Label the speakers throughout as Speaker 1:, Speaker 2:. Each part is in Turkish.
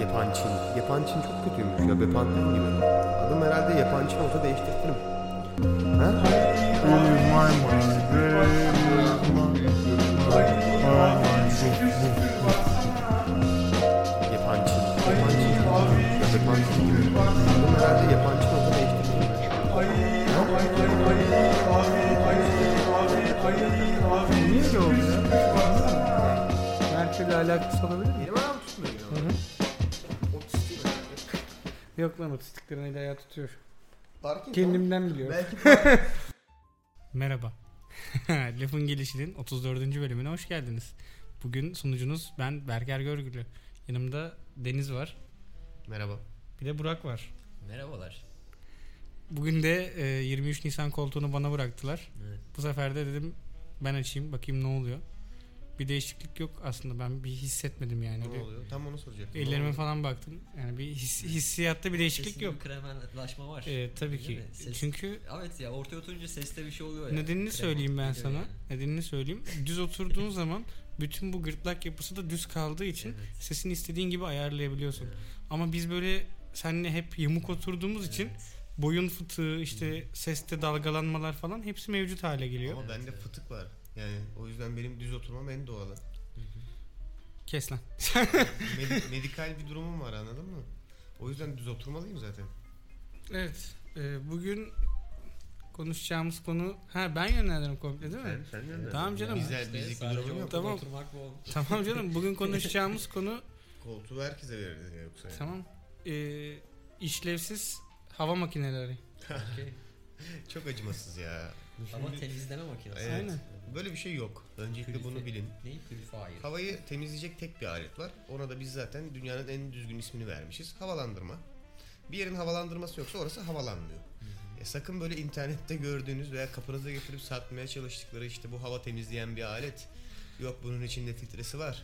Speaker 1: Yapançin. Yapançin çok kötüymüş ya. Bepantin gibi. Adım herhalde Yapançin olsa değiştirtirim. Ha? Yapançin. Yapançin çok kötüymüş ya. Bepantin gibi. Adım herhalde Yapançin olsa değiştirtirim.
Speaker 2: Niye öyle oldu ya? Merkezle alakası olabilir mi?
Speaker 3: Benim ayağım tutmuyor genel olarak. Otistik herhalde.
Speaker 2: Yok lan otistiklerin eli ayağı tutuyor.
Speaker 3: Barking
Speaker 2: Kendimden biliyorum.
Speaker 3: Belki
Speaker 4: Merhaba. Lafın Gelişi'nin 34. bölümüne hoş geldiniz. Bugün sunucunuz ben Berker Görgülü. Yanımda Deniz var.
Speaker 5: Merhaba.
Speaker 4: Bir de Burak var.
Speaker 5: Merhabalar.
Speaker 4: Bugün de e, 23 Nisan koltuğunu bana bıraktılar.
Speaker 5: Evet.
Speaker 4: Bu sefer de dedim ben açayım bakayım ne oluyor. Bir değişiklik yok aslında ben bir hissetmedim yani.
Speaker 3: ne
Speaker 4: Bir-
Speaker 3: oluyor? Tam onu soracaktım.
Speaker 4: Ellerime falan baktım. Yani bir his- hissiyatta bir değişiklik
Speaker 5: Sesinde
Speaker 4: yok.
Speaker 5: bir kremenlaşma var.
Speaker 4: E, tabii
Speaker 5: Değil
Speaker 4: ki.
Speaker 5: mi? Ses-
Speaker 4: Çünkü
Speaker 5: Evet ya ortaya oturunca seste bir şey oluyor ya.
Speaker 4: Nedenini
Speaker 5: Krema
Speaker 4: söyleyeyim ben
Speaker 5: geliyor
Speaker 4: sana.
Speaker 5: yani.
Speaker 4: Nedenini söyleyeyim. Düz oturduğun zaman bütün bu gırtlak yapısı da düz kaldığı için
Speaker 5: Evet.
Speaker 4: sesini istediğin gibi ayarlayabiliyorsun.
Speaker 5: Evet.
Speaker 4: Ama biz böyle seninle hep yamuk oturduğumuz için boyun fıtığı, işte seste dalgalanmalar falan hepsi mevcut hale geliyor.
Speaker 1: Ama bende fıtık var. Yani o yüzden benim düz oturmam en doğalı.
Speaker 4: Kes lan.
Speaker 1: Medi- medikal bir durumum var anladın mı? O yüzden düz oturmalıyım zaten.
Speaker 4: Evet. e, bugün konuşacağımız konu... Ha ben yönlendirdim komple değil mi?
Speaker 1: Sen, sen gönder.
Speaker 4: Tamam canım.
Speaker 1: Güzel
Speaker 5: İşte
Speaker 1: bizlik bir
Speaker 5: sadece
Speaker 1: durumum yok.
Speaker 5: ortada
Speaker 4: Tamam.
Speaker 5: Oturmak bu.
Speaker 4: Tamam canım bugün konuşacağımız konu
Speaker 1: Koltuğu herkese veririz ya yoksa. yani.
Speaker 4: tamam e, işlevsiz hava makineleri.
Speaker 5: Okey.
Speaker 1: Çok acımasız ya.
Speaker 5: Ama temizleme makinesi.
Speaker 1: Evet.
Speaker 4: Aynen.
Speaker 1: Böyle bir şey yok. Öncelikle bunu bilin.
Speaker 5: Neyi purifier?
Speaker 1: Havayı temizleyecek tek bir alet var. Ona da biz zaten dünyanın en düzgün ismini vermişiz. Havalandırma. Bir yerin havalandırması yoksa orası havalanmıyor. E sakın böyle internette gördüğünüz veya kapınıza getirip satmaya çalıştıkları işte bu hava temizleyen bir alet. Yok bunun içinde filtresi var.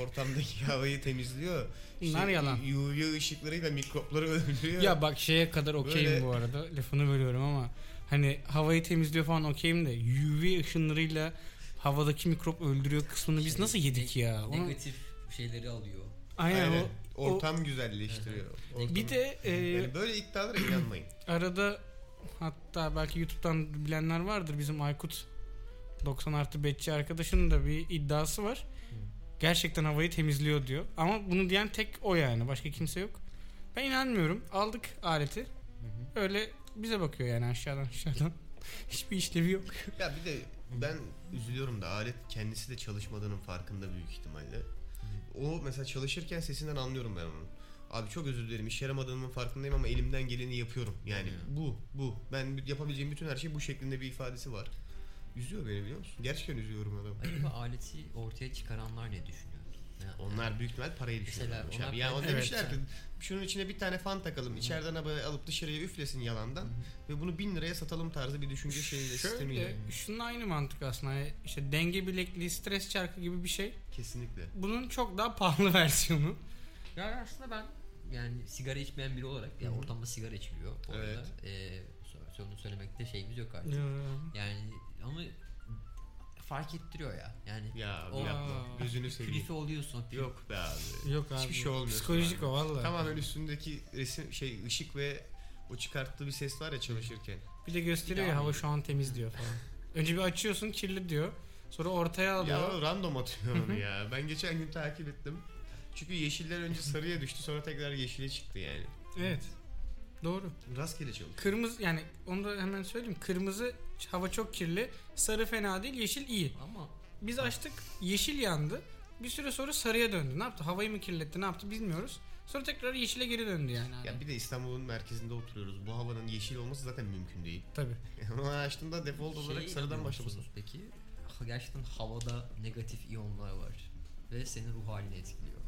Speaker 1: Ortamdaki havayı temizliyor.
Speaker 4: Bunlar
Speaker 1: Şey,
Speaker 4: yalan.
Speaker 1: UV ışıklarıyla mikropları öldürüyor.
Speaker 4: Ya bak şeye kadar okeyim
Speaker 1: Böyle-
Speaker 4: bu arada. Lafını bölüyorum ama hani havayı temizliyor falan okeyim de UV ışınlarıyla havadaki mikrop öldürüyor kısmını biz
Speaker 5: Şey,
Speaker 4: nasıl yedik ya? Onu-
Speaker 5: Negatif şeyleri alıyor.
Speaker 4: aynen,
Speaker 1: Aynen.
Speaker 4: o.
Speaker 1: Ortam güzelleştiriyor. Ortam-
Speaker 4: Bir de e,
Speaker 1: Yani böyle iddialara inanmayın.
Speaker 4: arada hatta belki YouTube'dan bilenler vardır bizim Aykut 90 artı betçi arkadaşının da bir iddiası var. Gerçekten havayı temizliyor diyor. Ama bunu diyen tek o yani. Başka kimse yok. Ben inanmıyorum. Aldık aleti. Öyle bize bakıyor yani aşağıdan aşağıdan. Hiçbir işlevi yok.
Speaker 1: Ya bir de ben üzülüyorum da alet kendisi de çalışmadığının farkında büyük ihtimalle. O mesela çalışırken sesinden anlıyorum ben onu. Abi çok özür dilerim işe yaramadığımın farkındayım ama elimden geleni yapıyorum. Yani bu bu. Ben yapabileceğim bütün her şey bu şeklinde bir ifadesi var. Üzüyor beni biliyor musun? Gerçekten üzülüyorum adamı.
Speaker 3: Acaba aleti ortaya çıkaranlar ne düşünüyor?
Speaker 1: Onlar büyük ihtimal parayı
Speaker 3: Mesela
Speaker 1: düşünüyorlar.
Speaker 3: onlar
Speaker 1: abi. Yani
Speaker 3: parayı-
Speaker 1: o
Speaker 3: Evet.
Speaker 1: demişler ki şunun içine bir tane fan takalım. içeriden havayı alıp dışarıya üflesin yalandan. Ve bunu bin liraya satalım tarzı bir düşünce şeyiyle sistemiyle.
Speaker 4: Şöyle, şunun aynı mantık aslında. Yani İşte denge bilekliği, stres çarkı gibi bir şey.
Speaker 1: Kesinlikle.
Speaker 4: Bunun çok daha pahalı versiyonu.
Speaker 5: Yani aslında ben yani sigara içmeyen biri olarak yani ortamda sigara içiliyor bu arada.
Speaker 1: Evet.
Speaker 5: Ee, so- onu söylemekte şeyimiz yok artık.
Speaker 4: Ee,
Speaker 5: Yani ama fark ettiriyor ya. Yani
Speaker 1: Ya
Speaker 5: O-
Speaker 1: yapma. Gözünü seveyim.
Speaker 5: pürifi oluyorsun.
Speaker 1: Yok be abi.
Speaker 4: Yok abi.
Speaker 1: Hiçbir şey olmuyor.
Speaker 4: Psikolojik o valla.
Speaker 1: Tamamen üstündeki resim şey ışık ve o çıkarttığı bir ses var ya çalışırken.
Speaker 4: Bir de gösteriyor ya
Speaker 5: Bir daha
Speaker 4: hava
Speaker 5: mı?
Speaker 4: şu an temiz diyor falan. Önce bir açıyorsun kirli diyor. Sonra ortaya
Speaker 1: Ya
Speaker 4: alıyor.
Speaker 1: o random atıyor onu ya. Ben geçen gün takip ettim. Çünkü yeşiller önce sarıya düştü sonra tekrar yeşile çıktı yani.
Speaker 4: Evet. Doğru.
Speaker 1: Rastgele çalışıyor.
Speaker 4: Kırmızı yani onu da hemen söyleyeyim. Kırmızı hava çok kirli. Sarı fena değil, yeşil iyi.
Speaker 5: Ama
Speaker 4: Biz açtık, yeşil yandı. Bir süre sonra sarıya döndü. Ne yaptı? Havayı mı kirletti? Ne yaptı bilmiyoruz. Sonra tekrar yeşile geri döndü yani. Abi.
Speaker 1: Ya bir de İstanbul'un merkezinde oturuyoruz. Bu havanın yeşil olması zaten mümkün değil.
Speaker 4: Tabii.
Speaker 1: Onu açtığımda default olarak
Speaker 5: şeye
Speaker 1: sarıdan
Speaker 5: inanıyor
Speaker 1: başlaması.
Speaker 5: musunuz şey Peki Ha, gerçekten havada negatif iyonlar var ve senin ruh halini etkiliyor.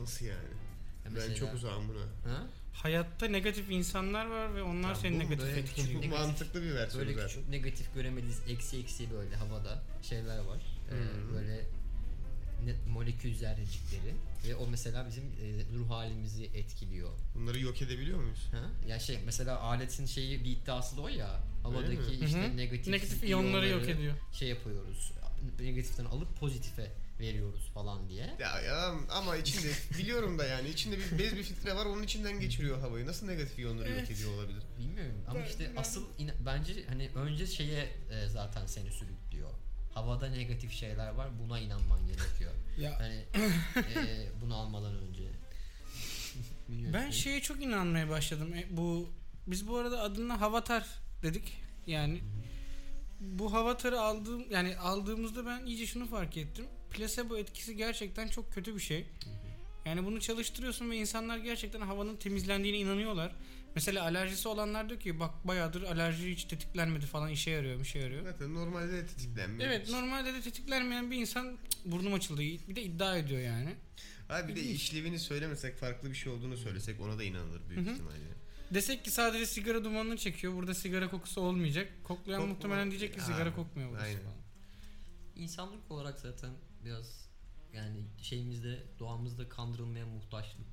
Speaker 1: Nasıl yani?
Speaker 5: Ya
Speaker 1: Ben
Speaker 5: mesela-
Speaker 1: çok uzağım buna.
Speaker 5: Ha?
Speaker 4: Hayatta negatif insanlar var ve onlar
Speaker 5: Ya
Speaker 4: seni
Speaker 5: bu
Speaker 4: negatif
Speaker 5: böyle-
Speaker 4: etkiliyor.
Speaker 1: Çok
Speaker 5: Negatif.
Speaker 1: mantıklı bir versiyonu
Speaker 5: Böyle
Speaker 1: zaten.
Speaker 5: küçük negatif göremediğiniz eksi eksi böyle havada şeyler var. Ee,
Speaker 1: Hmm.
Speaker 5: böyle ne- molekül zerrecikleri ve o mesela bizim e, ruh halimizi etkiliyor.
Speaker 1: Bunları yok edebiliyor muyuz?
Speaker 5: Ha? Ya şey mesela aletin şeyi bir iddiası da o ya havadaki
Speaker 1: mi?
Speaker 4: Hı
Speaker 5: işte
Speaker 4: hı.
Speaker 5: negatif,
Speaker 4: Negatif iyonları yok ediyor.
Speaker 5: şey yapıyoruz. Negatiften alıp pozitife veriyoruz falan diye.
Speaker 1: Ya, ya ama içinde biliyorum da yani içinde bir bez bir filtre var onun içinden geçiriyor havayı. Nasıl negatif iyonları yok ediyor olabilir?
Speaker 5: Bilmiyorum ama
Speaker 4: Ben-
Speaker 5: işte
Speaker 4: ben-
Speaker 5: asıl ina- bence hani önce şeye e, zaten seni sürüklüyor. Havada negatif şeyler var buna inanman gerekiyor.
Speaker 4: Ya
Speaker 5: Hani e, bunu almadan önce. Bilmiyorum.
Speaker 4: Ben şeye çok inanmaya başladım. E, Bu biz bu arada adına Havatar dedik. Yani bu Havatar'ı aldığım yani aldığımızda ben iyice şunu fark ettim. Placebo etkisi gerçekten çok kötü bir şey. Yani bunu çalıştırıyorsun ve insanlar gerçekten havanın temizlendiğine inanıyorlar. Mesela alerjisi olanlar diyor ki bak bayağıdır alerji hiç tetiklenmedi falan işe yarıyor, bir şey yarıyor.
Speaker 1: Zaten normalde de tetiklenmiyor.
Speaker 4: Evet, normalde de tetiklenmeyen bir insan "Cık, burnum açıldı. Bir de iddia ediyor yani.
Speaker 1: Abi bir de işlevini söylemesek farklı bir şey olduğunu söylesek ona da inanılır büyük
Speaker 4: Hı hı.
Speaker 1: ihtimalle.
Speaker 4: Desek ki sadece sigara dumanını çekiyor. Burada sigara kokusu olmayacak. Koklayan
Speaker 1: Kokma-
Speaker 4: muhtemelen diyecek ki sigara
Speaker 1: Aynen.
Speaker 4: kokmuyor burası
Speaker 1: Aynen.
Speaker 4: falan.
Speaker 5: İnsanlık olarak zaten biraz yani şeyimizde doğamızda kandırılmaya muhtaçlık.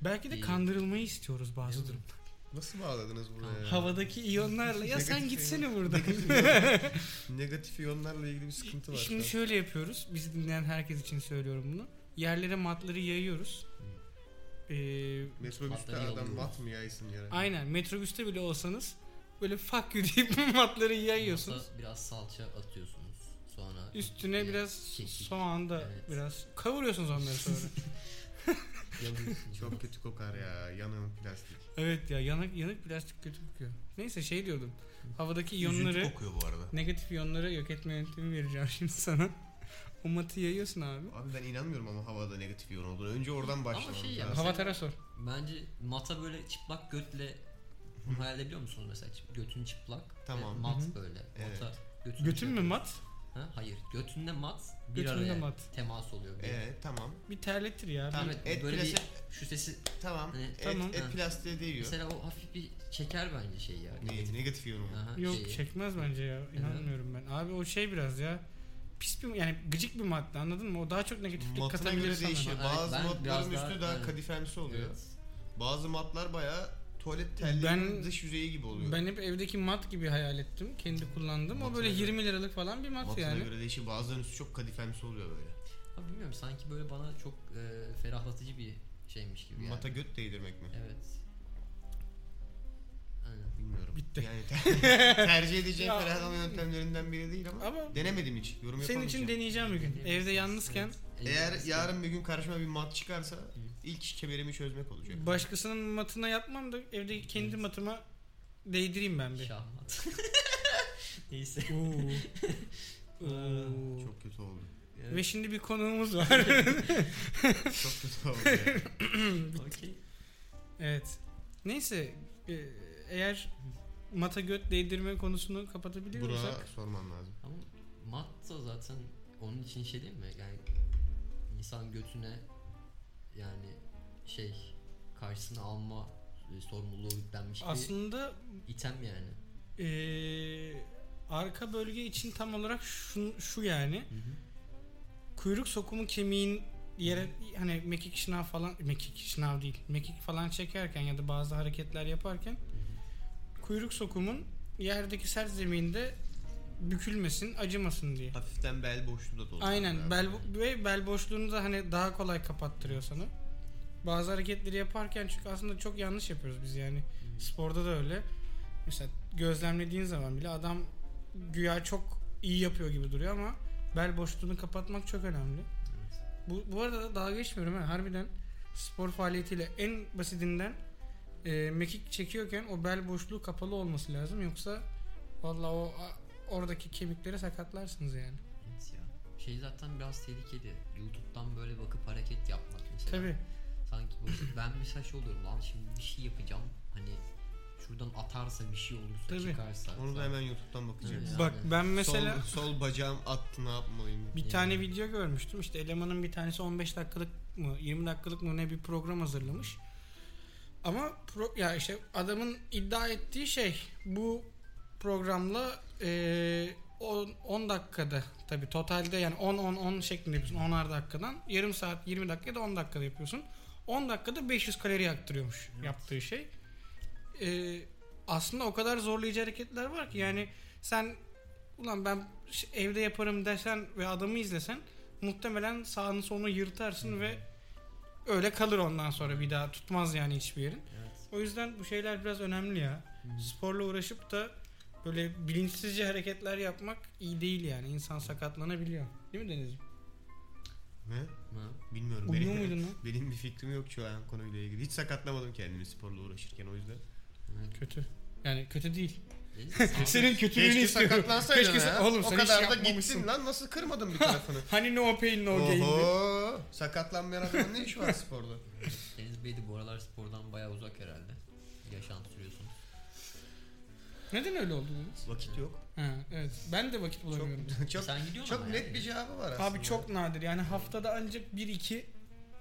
Speaker 4: Belki de
Speaker 5: İyi.
Speaker 4: kandırılmayı istiyoruz bazı
Speaker 5: Değil mi?
Speaker 4: durumda.
Speaker 1: Nasıl bağladınız buraya?
Speaker 4: Havadaki iyonlarla ya sen
Speaker 1: Negatif
Speaker 4: gitsene
Speaker 1: iyon-
Speaker 4: buradan.
Speaker 1: Negatif iyon- Negatif iyonlarla ilgili bir sıkıntı var.
Speaker 4: Şimdi
Speaker 1: şu an.
Speaker 4: şöyle yapıyoruz. Bizi dinleyen herkes için söylüyorum bunu. Yerlere matları yayıyoruz.
Speaker 1: Hmm.
Speaker 4: Ee,
Speaker 1: Metrobüste
Speaker 5: Patlayı
Speaker 1: adam
Speaker 5: alıyoruz.
Speaker 1: mat mı yaysın ya?
Speaker 4: aynen metrobüste bile olsanız böyle fuck you deyip matları yayıyorsunuz.
Speaker 5: Yoksa biraz salça atıyorsunuz. Sonra
Speaker 4: Üstüne
Speaker 5: yani
Speaker 4: biraz
Speaker 5: kekik
Speaker 4: soğan da
Speaker 5: Evet.
Speaker 4: biraz kavuruyorsunuz onları sonra.
Speaker 5: yalıyorsunuz.
Speaker 1: Çok kötü kokar ya. Yanığın plastik.
Speaker 4: Evet ya yanık yanık plastik kötü kokuyor. Neyse şey diyordum. Havadaki
Speaker 1: Üzüntü
Speaker 4: iyonları
Speaker 1: kokuyor bu arada.
Speaker 4: negatif iyonları yok etme yöntemi vereceğim şimdi sana. O matı yayıyorsun abi.
Speaker 1: Abi ben inanmıyorum ama havada negatif iyon olduğunu. Önce oradan başlamamız
Speaker 5: şey ya-
Speaker 1: lazım.
Speaker 4: Hava tara sor.
Speaker 5: Bence mata böyle çıplak götle bunu hayal edebiliyor musunuz mesela? Çip- Götün çıplak.
Speaker 1: Tamam.
Speaker 5: ve Mat
Speaker 4: Hı hı.
Speaker 5: böyle.
Speaker 1: Evet.
Speaker 5: Mata götünü
Speaker 1: şey
Speaker 4: Götün mü
Speaker 5: çakıyor.
Speaker 4: mat?
Speaker 5: Ha? Hayır. Götünde mat bir
Speaker 4: Götünde
Speaker 5: araya
Speaker 4: mat.
Speaker 5: temas oluyor. Bir.
Speaker 1: Ee, tamam.
Speaker 4: Bir terletir ya.
Speaker 1: Tamam.
Speaker 5: Evet,
Speaker 1: Et
Speaker 5: böyle bir
Speaker 1: plase-
Speaker 5: şu sesi
Speaker 1: Tamam.
Speaker 5: Hani-
Speaker 1: Et,
Speaker 4: Tamam.
Speaker 1: et
Speaker 5: Ha.
Speaker 1: plastiğe değiyor.
Speaker 5: mesela o hafif bir çeker bence şey ya.
Speaker 1: Neyi? Negatif iyon olduğunu.
Speaker 5: Aha,
Speaker 4: Bir- Yok
Speaker 5: şeyi.
Speaker 4: çekmez bence ya. İnanmıyorum ben. Abi o şey biraz ya. Pis bir yani gıcık bir madde anladın mı? O daha çok negatiflik
Speaker 1: Matına göre
Speaker 4: katabilir
Speaker 1: değişiyor.
Speaker 4: sana.
Speaker 5: Evet,
Speaker 1: Bazı
Speaker 5: ben
Speaker 1: matların
Speaker 5: biraz daha-
Speaker 1: üstü daha
Speaker 5: evet.
Speaker 1: kadifemsi oluyor.
Speaker 5: Evet.
Speaker 1: Bazı matlar bayağı tuvalet tellerinin
Speaker 4: Ben-
Speaker 1: dış yüzeyi gibi oluyor.
Speaker 4: Ben hep evdeki mat gibi hayal ettim. Kendi kullandım. O
Speaker 1: Matına
Speaker 4: böyle
Speaker 1: göre-
Speaker 4: 20 liralık falan bir mat
Speaker 1: Matına
Speaker 4: yani.
Speaker 1: göre değişiyor. Bazılarının üstü çok kadifemsi oluyor böyle.
Speaker 5: Ama bilmiyorum sanki böyle bana çok e, ferahlatıcı bir şeymiş gibi yani.
Speaker 1: Mata göt değdirmek mi?
Speaker 5: Evet. Aynen.
Speaker 1: Bilmiyorum.
Speaker 4: Bitti.
Speaker 1: Yani ter- tercih edeceğim
Speaker 4: Ya.
Speaker 1: ferahlama yöntemlerinden biri değil ama,
Speaker 4: Ama-
Speaker 1: denemedim hiç. Yorum
Speaker 4: Senin için
Speaker 1: yapamayacağım.
Speaker 4: deneyeceğim bir gün. Evde yalnızken
Speaker 5: Evet.
Speaker 1: Eğer
Speaker 5: Evet.
Speaker 1: yarın bir gün karşıma bir mat çıkarsa ilk kemerimi çözmek olacak.
Speaker 4: Başkasının matına yapmam da evde kendi
Speaker 5: Evet.
Speaker 4: matıma değdireyim ben bir.
Speaker 5: Şahmat. Neyse. Ee,
Speaker 4: Oo. Oo.
Speaker 1: Çok kötü oldu.
Speaker 4: Ve
Speaker 5: Evet.
Speaker 4: şimdi bir konuğumuz var.
Speaker 1: Çok kötü oldu. Yani.
Speaker 5: Okey.
Speaker 4: evet. Neyse e, eğer mata göt değdirme konusunu kapatabilir olsak
Speaker 1: Burak'a sorman lazım.
Speaker 5: Ama mat da zaten onun için şey değil mi? Yani insan götüne yani şey karşısına alma e, sorumluluğu yüklenmiş
Speaker 4: aslında
Speaker 5: bir item yani.
Speaker 4: e, arka bölge için tam olarak şu, şu yani kuyruk sokumu kemiğin yere hani mekik şınav falan mekik şınav değil mekik falan çekerken ya da bazı hareketler yaparken kuyruk sokumun yerdeki sert zeminde bükülmesin acımasın diye.
Speaker 1: Hafiften bel boşluğu da dolduruyor.
Speaker 4: Aynen bel ve bel boşluğunu da hani daha kolay kapattırıyor sana. Bazı hareketleri yaparken çünkü aslında çok yanlış yapıyoruz biz yani. Sporda da öyle. Mesela gözlemlediğin zaman bile adam güya çok iyi yapıyor gibi duruyor ama bel boşluğunu kapatmak çok önemli.
Speaker 5: Evet.
Speaker 4: Bu, bu arada da dalga geçmiyorum ha. Harbiden spor faaliyetiyle en basitinden e, mekik çekiyorken o bel boşluğu kapalı olması lazım. Yoksa valla o a- oradaki kemikleri sakatlarsınız yani.
Speaker 5: Evet ya. Şey zaten biraz tehlikeli. YouTube'dan böyle bakıp hareket yapmak mesela.
Speaker 4: Tabi.
Speaker 5: Sanki böyle ben mesela şey oluyorum lan şimdi bir şey yapacağım. Hani şuradan atarsa bir şey olursa
Speaker 4: Tabii.
Speaker 5: çıkarsa.
Speaker 1: Onu da
Speaker 5: falan.
Speaker 1: hemen YouTube'dan bakacağım.
Speaker 5: Evet.
Speaker 4: Bak
Speaker 5: Yani
Speaker 4: ben mesela
Speaker 1: Sol, sol bacağım attı ne yapmalıyım? diye.
Speaker 4: bir tane video görmüştüm. İşte elemanın bir tanesi 15 dakikalık mı 20 dakikalık mı ne bir program hazırlamış. Ama pro, ya işte adamın iddia ettiği şey bu programla eee, on 10 dakikada tabi totalde yani 10 10 10 şeklinde yapıyorsun 10'ar dakikadan yarım saat 20 dakika ya da 10 dakikada yapıyorsun. 10 dakikada 500 kalori yaktırıyormuş yaptığı şey. Eee, aslında o kadar zorlayıcı hareketler var ki yani sen ulan ben ş- evde yaparım desen ve adamı izlesen muhtemelen sağını solunu
Speaker 1: Hmm.
Speaker 4: yırtarsın ve öyle kalır ondan sonra bir daha tutmaz yani hiçbir yerin.
Speaker 5: Evet.
Speaker 4: O yüzden bu şeyler biraz önemli ya.
Speaker 1: Hmm.
Speaker 4: Sporla uğraşıp da böyle bilinçsizce hareketler yapmak iyi değil yani. İnsan sakatlanabiliyor. Değil mi Deniz'ciğim?
Speaker 1: Ne?
Speaker 5: Ha.
Speaker 1: Bilmiyorum.
Speaker 4: Uyuyor
Speaker 1: benim,
Speaker 4: muydun lan?
Speaker 1: benim bir fikrim yok şu an konuyla ilgili. Hiç sakatlamadım kendimi sporla uğraşırken o yüzden.
Speaker 5: Evet.
Speaker 4: Kötü. Yani kötü değil.
Speaker 5: Deniz, sağ-
Speaker 4: Senin kötülüğünü
Speaker 1: Keşke
Speaker 4: istiyorum.
Speaker 1: sakatlansaydın
Speaker 4: şey Keşke
Speaker 1: ha.
Speaker 4: sa- Oğlum
Speaker 1: o
Speaker 4: sen hiç
Speaker 1: kadar da
Speaker 4: yapmamışsın.
Speaker 1: gittin lan nasıl kırmadın bir tarafını?
Speaker 4: Hani no pain no gain.
Speaker 1: Oho. Sakatlanmayan adamın ne işi var sporda?
Speaker 5: Deniz Bey de bu aralar spordan bayağı uzak herhalde. Yaşam sürüyorsunuz.
Speaker 4: Neden öyle oldu Deniz?
Speaker 1: Vakit yok.
Speaker 4: Ha, evet. Ben de vakit bulamıyorum.
Speaker 1: Çok çok
Speaker 5: Sen gidiyorsun
Speaker 1: çok
Speaker 5: ama
Speaker 1: net
Speaker 5: yani.
Speaker 1: bir cevabı var aslında.
Speaker 4: Abi çok nadir. Yani haftada ancak 1-2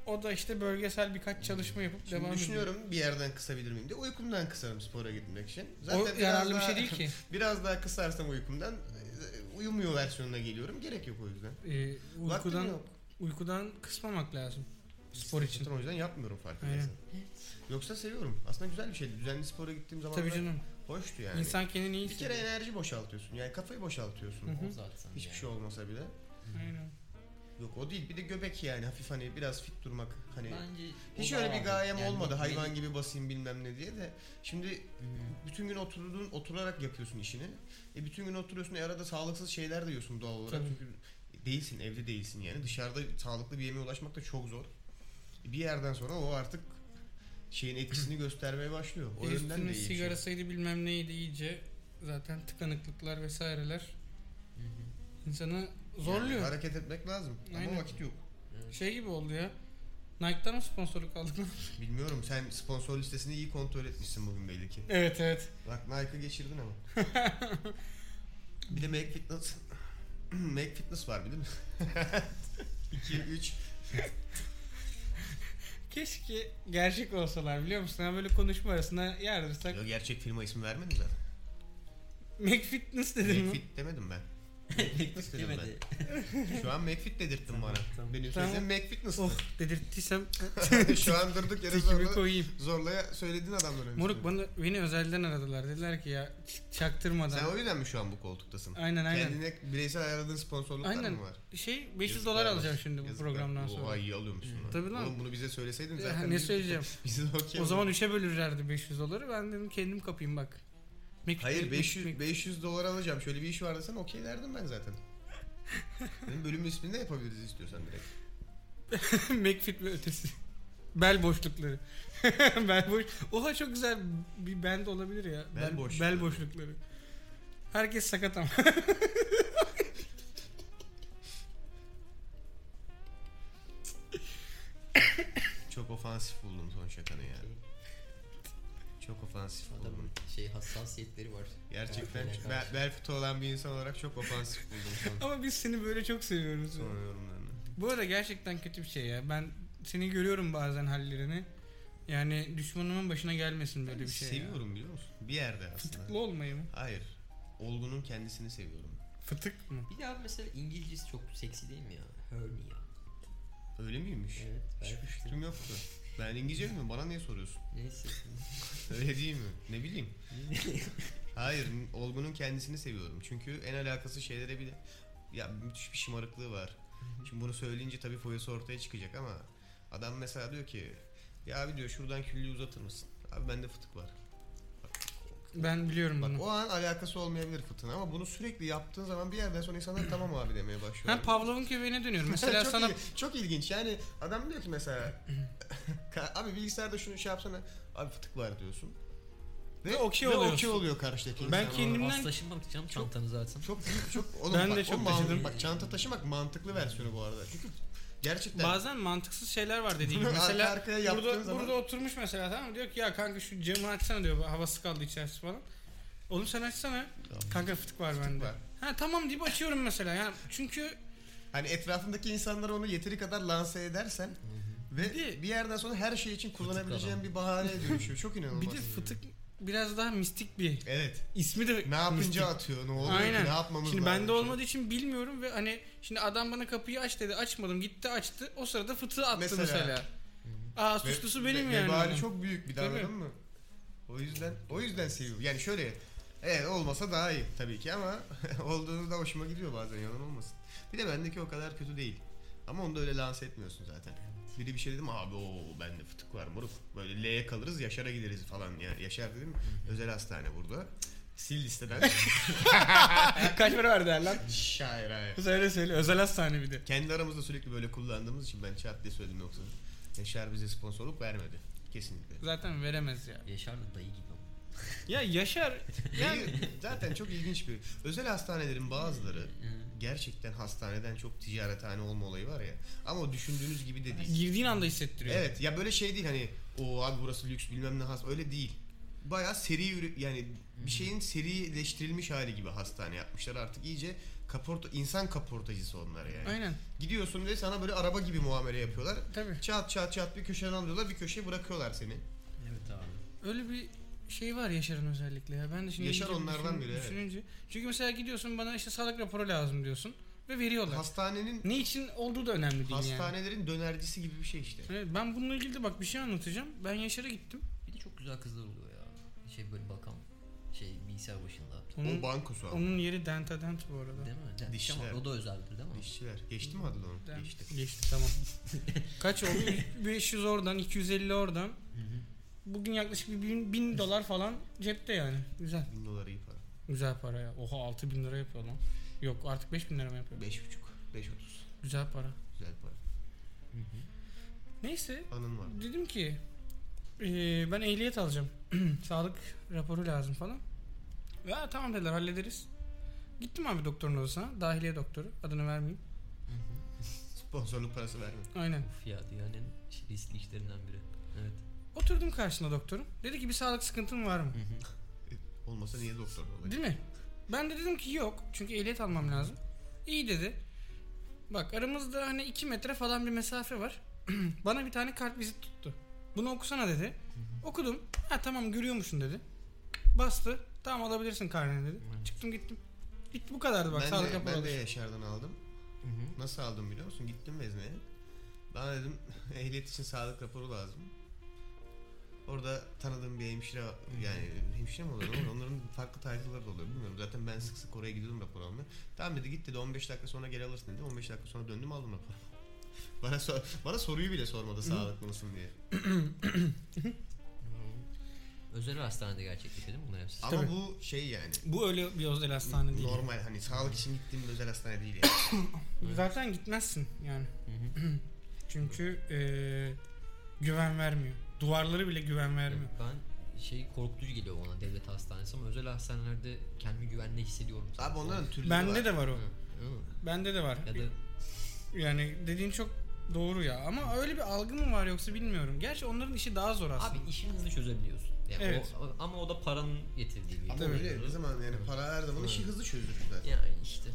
Speaker 4: o da işte bölgesel birkaç çalışma yapıp
Speaker 1: Şimdi
Speaker 4: devam ediyor.
Speaker 1: düşünüyorum bir yerden kısabilir miyim diye. Uykumdan kısarım spora gitmek için.
Speaker 4: o yararlı bir
Speaker 1: biraz daha-
Speaker 4: şey değil ki.
Speaker 1: Biraz daha kısarsam uykumdan e, uyumuyor versiyonuna geliyorum. Gerek yok o yüzden.
Speaker 4: Ee,
Speaker 1: Vaktim
Speaker 4: uykudan
Speaker 1: yok.
Speaker 4: uykudan kısmamak lazım. Spor için.
Speaker 1: Zaten o yüzden yapmıyorum farkındaysan. Yoksa seviyorum. Aslında güzel bir şeydi. Düzenli spora gittiğim zaman
Speaker 4: Tabii canım.
Speaker 1: hoştu yani.
Speaker 4: İnsan kendini iyi
Speaker 1: bir kere
Speaker 4: hissediyor.
Speaker 1: enerji boşaltıyorsun. Yani kafayı boşaltıyorsun.
Speaker 4: Hı hı.
Speaker 5: O zaten
Speaker 1: Hiçbir
Speaker 5: yani.
Speaker 1: şey olmasa bile.
Speaker 4: Aynen.
Speaker 1: Yok o değil. Bir de göbek yani hafif hani biraz fit durmak hani
Speaker 5: Bence o
Speaker 1: hiç
Speaker 5: daha
Speaker 1: öyle bir
Speaker 5: az.
Speaker 1: gayem
Speaker 5: Yani
Speaker 1: olmadı.
Speaker 5: bir-
Speaker 1: Hayvan gibi basayım bilmem ne diye de. Şimdi e, bütün gün oturduğun oturarak yapıyorsun işini. E bütün gün oturuyorsun. E arada sağlıksız şeyler de yiyorsun doğal olarak.
Speaker 4: Tabii.
Speaker 1: Çünkü değilsin, evde değilsin yani. Dışarıda sağlıklı bir yemeğe ulaşmak da çok zor. E bir yerden sonra o artık şeyin etkisini göstermeye başlıyor. O yönden de
Speaker 4: Üstüne
Speaker 1: iyi. bir şey.
Speaker 4: sigarasıydı bilmem neydi iyice zaten tıkanıklıklar vesaireler
Speaker 5: Hı hı.
Speaker 4: insanı
Speaker 1: Yani
Speaker 4: zorluyor.
Speaker 1: hareket etmek lazım.
Speaker 4: Aynen.
Speaker 1: Ama vakit yok.
Speaker 5: Evet.
Speaker 4: Şey gibi oldu ya. Nike'dan mı sponsorluk aldık?
Speaker 1: Bilmiyorum sen sponsor listesini iyi kontrol etmişsin bugün belli ki.
Speaker 4: evet evet.
Speaker 1: Bak Nike'ı geçirdin ama. bir de Make Fitness. Make Fitness var değil mi? 2, 3.
Speaker 4: Keşke gerçek olsalar biliyor musun? Yani böyle konuşma arasında yardırsak.
Speaker 1: gerçek firma ismi vermedim zaten.
Speaker 4: McFitness dedim mi?
Speaker 1: McFit demedim ben.
Speaker 5: Ekmek
Speaker 1: dedim ben.
Speaker 5: yemedi.
Speaker 1: Şu an McFit dedirttin bana.
Speaker 5: tamam.
Speaker 1: Benim
Speaker 4: Tamam.
Speaker 1: sözüm McFitness.
Speaker 4: Oh dedirttiysem
Speaker 1: Şu an durduk yere
Speaker 4: tekimi
Speaker 1: zorla,
Speaker 4: koyayım.
Speaker 1: zorlaya söylediğin adamdan önce.
Speaker 4: Moruk bana, beni özelden aradılar. Dediler ki ya ç- çaktırmadan.
Speaker 1: Sen o yüzden mi şu an bu koltuktasın?
Speaker 4: Aynen aynen.
Speaker 1: Kendine bireysel ayarladığın sponsorluklar
Speaker 4: Aynen.
Speaker 1: mı var?
Speaker 4: Şey 500
Speaker 1: Yazıklar
Speaker 4: dolar
Speaker 1: olsun.
Speaker 4: alacağım şimdi bu
Speaker 1: Yazıklar.
Speaker 4: programdan sonra.
Speaker 1: Oha iyi alıyormuşsun lan.
Speaker 4: Tabii lan.
Speaker 1: Oğlum bunu bize söyleseydin
Speaker 4: Ya,
Speaker 1: zaten.
Speaker 4: ne
Speaker 1: biz-
Speaker 4: söyleyeceğim?
Speaker 1: Biz de okey
Speaker 4: o zaman 3'e bölürlerdi 500 doları. Ben dedim kendim kapayım bak. Mc-
Speaker 1: Hayır
Speaker 4: Mc-
Speaker 1: 500
Speaker 4: Mc-
Speaker 1: 500 dolar alacağım. Şöyle bir iş var desen okey derdim ben zaten. Benim bölüm ismini de yapabiliriz istiyorsan direkt.
Speaker 4: McFit ve ötesi. Bel boşlukları. bel boş. Oha çok güzel bir band olabilir ya.
Speaker 1: Bel boşlukları.
Speaker 4: Bel boşlukları. Herkes sakat ama.
Speaker 1: Çok ofansif buldum son şakanı ya. Çok ofansif buldum.
Speaker 5: Adamın şey hassasiyetleri var.
Speaker 1: Gerçekten
Speaker 5: Farkına
Speaker 1: bel,
Speaker 5: karşı.
Speaker 1: bel fıtı olan bir insan olarak çok ofansif buldum son,
Speaker 4: ama biz seni böyle çok seviyoruz.
Speaker 1: son yorumlarını.
Speaker 4: Bu arada gerçekten kötü bir şey ya. Ben seni görüyorum bazen hallerini. Yani düşmanımın başına gelmesin böyle bir şey. ya.
Speaker 1: seviyorum biliyor musun? Bir yerde aslında.
Speaker 4: Fıtıklı olmayı mı?
Speaker 1: Hayır. Olgunun kendisini seviyorum.
Speaker 4: Fıtık mı?
Speaker 5: Bir de abi mesela İngilizcesi çok seksi değil mi ya? Hernia.
Speaker 1: Öyle miymiş?
Speaker 5: Evet.
Speaker 1: Hiçbir
Speaker 5: belki.
Speaker 1: fikrim yoktu. Ben İngilizce mi? Bana niye soruyorsun?
Speaker 5: Neyse.
Speaker 1: Öyle değil mi? Ne bileyim. Hayır, olgunun kendisini seviyorum. Çünkü en alakası şeylere bile ya müthiş bir şımarıklığı var. Şimdi bunu söyleyince tabii foyası ortaya çıkacak ama adam mesela diyor ki ya abi diyor şuradan küllüğü uzatır mısın? Abi bende fıtık var.
Speaker 4: Ben biliyorum
Speaker 1: Bak
Speaker 4: bunu.
Speaker 1: o an alakası olmayabilir fıtığın ama bunu sürekli yaptığın zaman bir yerden sonra insanlar tamam abi demeye başlıyor.
Speaker 4: Ha Pavlov'un köpeğine dönüyorum. Mesela
Speaker 1: çok
Speaker 4: sana
Speaker 1: il- çok ilginç. Yani adam diyor ki mesela "Ka- abi bilgisayarda şunu şey yapsana. Abi fıtık var diyorsun.
Speaker 4: Ve okey
Speaker 1: ve
Speaker 4: oluyorsun.
Speaker 1: okey oluyor karşıdaki
Speaker 4: Ben
Speaker 1: insan.
Speaker 4: kendimden-
Speaker 5: Hastaşınmak canım çantanı zaten.
Speaker 1: Çok büyük çok oğlum
Speaker 4: Ben
Speaker 1: bak,
Speaker 4: de
Speaker 1: o
Speaker 4: çok
Speaker 1: mantık-
Speaker 4: taşıdım.
Speaker 1: Bak çanta taşımak mantıklı versiyonu bu arada. Çünkü gerçekten
Speaker 4: bazen mantıksız şeyler var dediğim gibi.
Speaker 1: Arka
Speaker 4: Mesela
Speaker 1: arkaya yaptığın
Speaker 4: burada,
Speaker 1: zaman-
Speaker 4: burada oturmuş mesela tamam mı? Diyor ki ya kanka şu camı açsana diyor. Havası kaldı içerisi falan. Oğlum sen açsana.
Speaker 1: Tamam.
Speaker 4: Kanka fıtık var bende.
Speaker 1: var.
Speaker 4: Ha tamam deyip açıyorum mesela. Yani çünkü
Speaker 1: hani etrafındaki insanlara onu yeteri kadar lanse edersen ve
Speaker 4: Bir de-
Speaker 1: bir yerden sonra her şey için kullanabileceğin
Speaker 5: adam.
Speaker 1: bir bahane dönüşüyor. Çok inanılmaz.
Speaker 4: bir de fıtık biraz daha mistik bir
Speaker 1: Evet.
Speaker 4: ismi de
Speaker 1: Ne yapınca
Speaker 4: mistik.
Speaker 1: atıyor, ne oluyor
Speaker 4: Aynen.
Speaker 1: ki, ne yapmamız
Speaker 4: Şimdi
Speaker 1: lazım.
Speaker 4: bende olmadığı için bilmiyorum ve hani şimdi adam bana kapıyı aç dedi açmadım gitti açtı o sırada fıtığı attı mesela.
Speaker 1: Mesela.
Speaker 4: Aa
Speaker 1: Ve-
Speaker 4: suçlusu benim
Speaker 1: ve-
Speaker 4: yani.
Speaker 1: Vebali çok büyük bir daha
Speaker 4: Tabii.
Speaker 1: anladın mı? O yüzden o yüzden seviyorum. Yani şöyle evet olmasa daha iyi tabii ki ama olduğunu da hoşuma gidiyor bazen yalan olmasın. Bir de bendeki o kadar kötü değil. Ama onu da öyle lanse etmiyorsun zaten. Biri bir şey dedim abi o bende fıtık var moruk. Böyle L'ye kalırız Yaşar'a gideriz falan. Yani Yaşar dedim özel hastane burada. Sil listeden.
Speaker 4: Kaç para verdi lan?
Speaker 1: Şair hayır.
Speaker 4: Söyle söyle. Özel hastane bir de.
Speaker 1: Kendi aramızda sürekli böyle kullandığımız için ben çat diye söyledim yoksa. Yaşar bize sponsorluk vermedi. Kesinlikle.
Speaker 4: Zaten veremez ya.
Speaker 5: Yaşar da dayı gibi ama.
Speaker 4: Ya Yaşar yani
Speaker 1: Yani zaten çok ilginç bir. Özel hastanelerin bazıları
Speaker 5: Hı.
Speaker 1: gerçekten hastaneden çok ticarethane olma olayı var ya. Ama o düşündüğünüz gibi de değil.
Speaker 4: girdiğin anda hissettiriyor.
Speaker 1: Evet ya böyle şey değil hani o abi burası lüks bilmem ne has öyle değil. Bayağı seri ürü- yani bir şeyin serileştirilmiş hali gibi hastane yapmışlar artık iyice kaporta insan kaportacısı onlar yani.
Speaker 4: Aynen.
Speaker 1: Gidiyorsun ve sana böyle araba gibi muamele yapıyorlar.
Speaker 4: Tabii.
Speaker 1: Çat çat çat bir köşeden alıyorlar bir köşeye bırakıyorlar seni.
Speaker 5: Evet abi.
Speaker 4: Öyle bir şey var Yaşar'ın özellikle ya. Ben de şimdi
Speaker 1: Yaşar
Speaker 4: iyice
Speaker 1: onlardan biri, evet.
Speaker 4: Düşününce. Çünkü mesela gidiyorsun bana işte sağlık raporu lazım diyorsun ve veriyorlar.
Speaker 1: Hastanenin
Speaker 4: ne için olduğu da önemli değil yani.
Speaker 1: hastanelerin dönercisi gibi bir şey işte.
Speaker 4: Evet, ben bununla ilgili de bak bir şey anlatacağım. Ben Yaşar'a gittim.
Speaker 5: Bir de çok güzel kızlar oluyor ya. Şey böyle bakan. Şey bilgisayar başında.
Speaker 4: Onun,
Speaker 1: O bankosu abi.
Speaker 4: onun yeri denta dent bu arada.
Speaker 5: Değil mi? Dentist
Speaker 1: Dişçiler.
Speaker 5: ama o da özeldir değil mi?
Speaker 1: Dişçiler. Geçti mi adlı onun?
Speaker 4: Dent.
Speaker 1: Geçti.
Speaker 4: Geçti tamam. Kaç oldu? 500 oradan, 250 oradan. Bugün yaklaşık bir bin, bin dolar falan cepte yani. Güzel.
Speaker 1: Bin dolar iyi para.
Speaker 4: Güzel para ya. Oha 6000 bin lira yapıyor lan. Yok artık 5000 bin lira mı yapıyor?
Speaker 1: Beş buçuk. Beş otuz.
Speaker 4: Güzel para.
Speaker 1: Güzel para.
Speaker 4: Neyse
Speaker 1: Anın var.
Speaker 4: dedim ki eee, ben ehliyet alacağım. Sağlık raporu lazım falan. Ya tamam dediler hallederiz. Gittim abi doktorun odasına. Dahiliye doktoru. Adını vermeyeyim.
Speaker 1: Sponsorluk parası vermiyor.
Speaker 4: Aynen.
Speaker 5: Of ya dünyanın en şey- riskli işlerinden biri. Evet.
Speaker 4: Oturdum karşısında doktorun. Dedi ki bir sağlık sıkıntın var mı?
Speaker 1: Olmasa niye doktor olacak?
Speaker 4: Değil mi? Ben de dedim ki yok. Çünkü ehliyet almam lazım. İyi dedi. Bak aramızda hani 2 metre falan bir mesafe var. Bana bir tane kart vizit tuttu. Bunu okusana dedi. Okudum. Ha tamam görüyormuşsun dedi. Bastı. Tamam alabilirsin karneni dedi. Çıktım gittim. Bitti bu kadardı bak
Speaker 1: ben,
Speaker 4: sağlık
Speaker 1: de,
Speaker 4: raporu
Speaker 1: ben de
Speaker 4: alır.
Speaker 1: Yaşar'dan aldım. Nasıl aldım biliyor musun? Gittim vezneye. Bana dedim ehliyet için sağlık raporu lazım. Orada tanıdığım bir hemşire yani hemşire mi oluyor? ne oluyor? Onların farklı title'ları da oluyor bilmiyorum. Zaten ben sık sık oraya gidiyordum rapor almaya. Tamam dedi git dedi 15 dakika sonra geri alırsın dedi. 15 dakika sonra döndüm aldım raporu. bana, sor- bana soruyu bile sormadı sağlıklı mısın diye.
Speaker 5: Özel hastanede gerçekleşiyor değil mi bunlar hepsi?
Speaker 1: Ama
Speaker 4: Tabii.
Speaker 1: bu şey yani
Speaker 4: Bu öyle bir özel hastane değil.
Speaker 1: normal hani sağlık için gittiğim bir özel hastane değil yani.
Speaker 4: Zaten gitmezsin yani. Çünkü eee, güven vermiyor. Duvarları bile güven vermiyor.
Speaker 5: Ben şey korkutucu geliyor bana devlet hastanesi ama özel hastanelerde kendimi güvende hissediyorum.
Speaker 1: Abi onların türlü
Speaker 4: Bende de var o.
Speaker 5: Hı, değil mi?
Speaker 4: Bende de var.
Speaker 5: Ya da
Speaker 4: Yani dediğin çok doğru ya ama öyle bir algı mı var yoksa bilmiyorum. Gerçi onların işi daha zor aslında.
Speaker 5: abi işini hızlı çözebiliyorsun. Yani
Speaker 4: Evet.
Speaker 5: o- o- ama o da paranın getirdiği bir şey.
Speaker 1: Ama
Speaker 4: Tabii.
Speaker 1: öyle ne zaman yani para her zaman işi hızlı çözülür zaten.
Speaker 5: Yani işte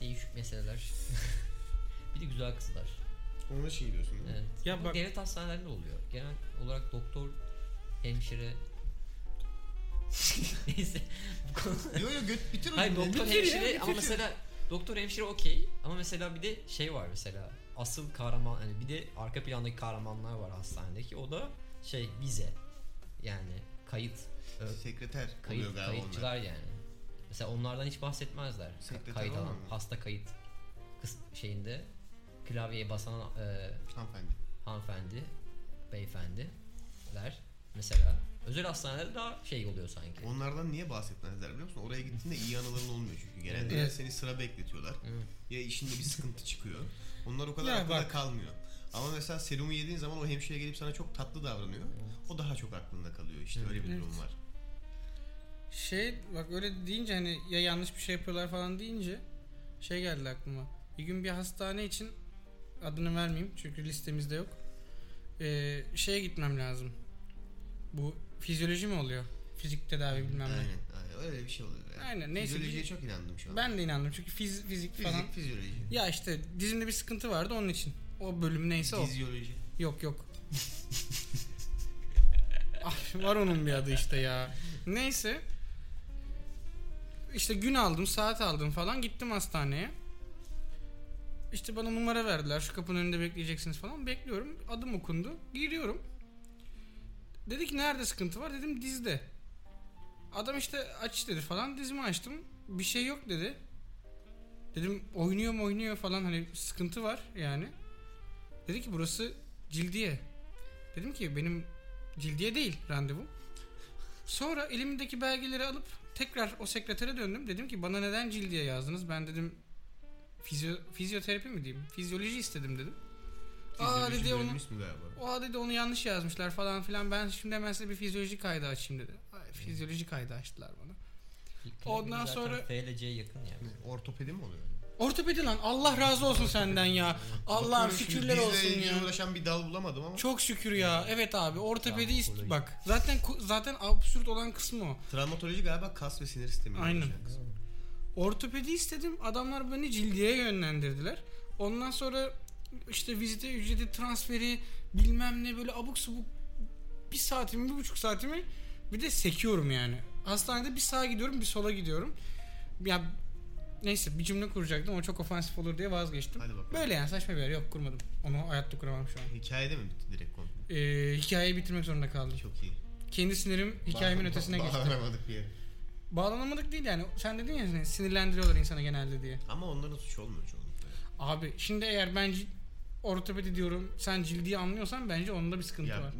Speaker 5: değişik meseleler. bir de güzel kızlar.
Speaker 1: Ona şey diyorsun değil mi?
Speaker 5: Evet.
Speaker 4: Ya
Speaker 5: Ama
Speaker 4: bak-
Speaker 5: devlet hastanelerinde oluyor. Genel olarak doktor, hemşire Neyse. Bu konu-
Speaker 1: Yo yo göt bitir
Speaker 5: Hayır
Speaker 1: oğlum.
Speaker 5: doktor
Speaker 4: bitir ya,
Speaker 5: hemşire ama
Speaker 4: bitir.
Speaker 5: mesela doktor hemşire okey ama mesela bir de şey var mesela asıl kahraman hani bir de arka plandaki kahramanlar var hastanedeki o da şey vize yani kayıt
Speaker 1: Sekreter oluyor
Speaker 5: kayıt
Speaker 1: galiba onlar.
Speaker 5: kayıtçılar yani. Mesela onlardan hiç bahsetmezler. Ka-
Speaker 1: Sekreter
Speaker 5: kayıt
Speaker 1: olan
Speaker 5: alan
Speaker 1: mı?
Speaker 5: hasta kayıt kıs- şeyinde klavyeye basan e,
Speaker 1: Hanımefendi.
Speaker 5: hanımefendi, beyefendiler mesela. Özel hastanelerde daha şey oluyor sanki.
Speaker 1: Onlardan niye bahsetmezler biliyor musun? Oraya gittiğinde iyi anıların olmuyor çünkü. Genelde ya
Speaker 4: Evet.
Speaker 1: seni sıra bekletiyorlar.
Speaker 5: Evet.
Speaker 1: Ya işinde bir sıkıntı çıkıyor. Onlar o kadar
Speaker 4: Ya
Speaker 1: aklında
Speaker 4: bak.
Speaker 1: kalmıyor. Ama mesela serumu yediğin zaman o hemşire gelip sana çok tatlı davranıyor. O daha çok aklında kalıyor işte öyle bir durum var.
Speaker 4: Şey bak öyle deyince hani ya yanlış bir şey yapıyorlar falan deyince şey geldi aklıma. Bir gün bir hastane için adını vermeyeyim çünkü listemizde yok. Ee, şeye gitmem lazım. Bu fizyoloji mi oluyor? Fizik tedavi bilmem
Speaker 1: Aynen,
Speaker 4: ne.
Speaker 1: aynen. Öyle bir şey oluyor. Yani.
Speaker 4: Aynen, neyse,
Speaker 1: Fizyolojiye
Speaker 4: biz-
Speaker 1: çok inandım şu an.
Speaker 4: Ben de inandım çünkü fiz- fizik
Speaker 1: Fizik,
Speaker 4: falan.
Speaker 1: fizyoloji.
Speaker 4: Ya işte dizimde bir sıkıntı vardı onun için. O bölüm neyse o.
Speaker 1: Fizyoloji.
Speaker 4: Yok yok. ah, var onun bir adı işte ya. Neyse. İşte gün aldım, saat aldım falan gittim hastaneye. İşte bana numara verdiler. Şu kapının önünde bekleyeceksiniz falan. Bekliyorum. Adım okundu. Giriyorum. Dedi ki nerede sıkıntı var? Dedim dizde. Adam işte aç dedi falan. Dizimi açtım. Bir şey yok dedi. Dedim oynuyor mu oynuyor falan hani sıkıntı var yani. Dedi ki burası cildiye. Dedim ki benim cildiye değil randevum. Sonra elimdeki belgeleri alıp tekrar o sekretere döndüm. Dedim ki bana neden cildiye yazdınız? Ben dedim fizyo- fizyoterapi mi diyeyim? Fizyoloji istedim dedim. Aa
Speaker 1: Fizyoloji
Speaker 4: dedi onu.
Speaker 1: bölümü ismi galiba.
Speaker 4: Oha dedi onu yanlış yazmışlar falan filan. Ben şimdi hemen size bir fizyoloji kaydı açayım dedi. Ay, Fizyoloji kaydı açtılar bana. Ondan
Speaker 5: Zaten
Speaker 4: sonra-
Speaker 5: F ile C yakın ya.
Speaker 1: Ne, Ortopedi mi oluyor?
Speaker 4: Ortopedi lan Allah razı olsun senden ya. Allah'ım
Speaker 1: Bakıyorum şimdi
Speaker 4: şükürler
Speaker 1: dizle
Speaker 4: olsun
Speaker 1: ilgili
Speaker 4: ya.
Speaker 1: uğraşan bir dal bulamadım ama.
Speaker 4: Çok şükür ya. Evet abi ortopedi
Speaker 5: Tamam,
Speaker 4: ist-
Speaker 5: kolay.
Speaker 4: bak. Zaten ku- zaten absürt olan kısmı o.
Speaker 1: Travmatoloji galiba kas ve sinir sistemi.
Speaker 4: Aynen.
Speaker 1: uğraşan kısmı.
Speaker 4: Ortopedi istedim. Adamlar beni cildiye yönlendirdiler. Ondan sonra işte vizite ücreti transferi bilmem ne böyle abuk subuk bir saatimi bir buçuk saatimi bir de sekiyorum yani. Hastanede bir sağa gidiyorum bir sola gidiyorum. Ya neyse bir cümle kuracaktım o çok ofansif olur diye vazgeçtim.
Speaker 1: Hadi bakalım.
Speaker 4: Böyle yani saçma bir yer yok kurmadım. Onu hayatta kuramam şu an.
Speaker 1: Hikayede mi bitti direkt konu?
Speaker 4: Ee, hikayeyi bitirmek zorunda kaldım.
Speaker 1: Çok iyi.
Speaker 4: Kendi sinirim hikayemin
Speaker 1: Bağ-
Speaker 4: ötesine
Speaker 1: bağ-
Speaker 4: geçti.
Speaker 1: Bağlanamadık bir yere.
Speaker 4: Bağlanamadık değil yani. Sen dedin ya hani sinirlendiriyorlar insanı genelde diye.
Speaker 1: Ama onların suçu olmuyor çoğunlukla.
Speaker 4: Abi şimdi eğer ben cil- ortopedi diyorum sen cildiyi anlıyorsan bence onda bir sıkıntı
Speaker 1: Ya,
Speaker 4: var.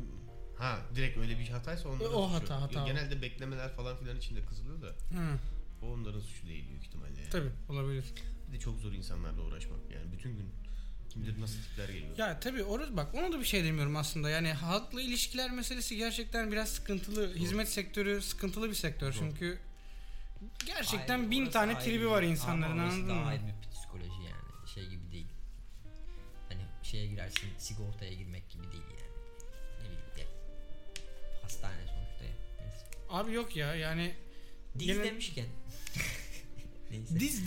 Speaker 1: ha direkt öyle bir hataysa onların
Speaker 4: E, o
Speaker 1: suçu.
Speaker 4: hata,
Speaker 1: Ya,
Speaker 4: hata.
Speaker 1: Genelde beklemeler falan filan içinde kızılıyor da
Speaker 4: Hı,
Speaker 1: o onların suçu değil büyük ihtimalle. Yani.
Speaker 4: tabii olabilir.
Speaker 1: Bir de çok zor insanlarla uğraşmak yani bütün gün kim bilir nasıl tipler geliyor.
Speaker 4: Ya tabii orası bak ona da bir şey demiyorum aslında. Yani halkla ilişkiler meselesi gerçekten biraz sıkıntılı. Hizmet sektörü sıkıntılı bir sektör
Speaker 1: Doğru.
Speaker 4: çünkü gerçekten
Speaker 5: Ayrı,
Speaker 4: bin
Speaker 5: orası
Speaker 4: tane
Speaker 5: ayrı
Speaker 4: tribi
Speaker 5: bir-
Speaker 4: var insanların
Speaker 5: ama orası
Speaker 4: anladın
Speaker 5: daha
Speaker 4: mı?
Speaker 5: ayrı bir psikoloji yani şey gibi değil. Hani şeye girersin sigortaya girmek gibi değil yani. Ne bileyim de. Hastane sonuçta ya. Neyse.
Speaker 4: Abi yok ya yani
Speaker 5: Diz
Speaker 4: Yine-
Speaker 5: demişken. Neyse.
Speaker 4: diz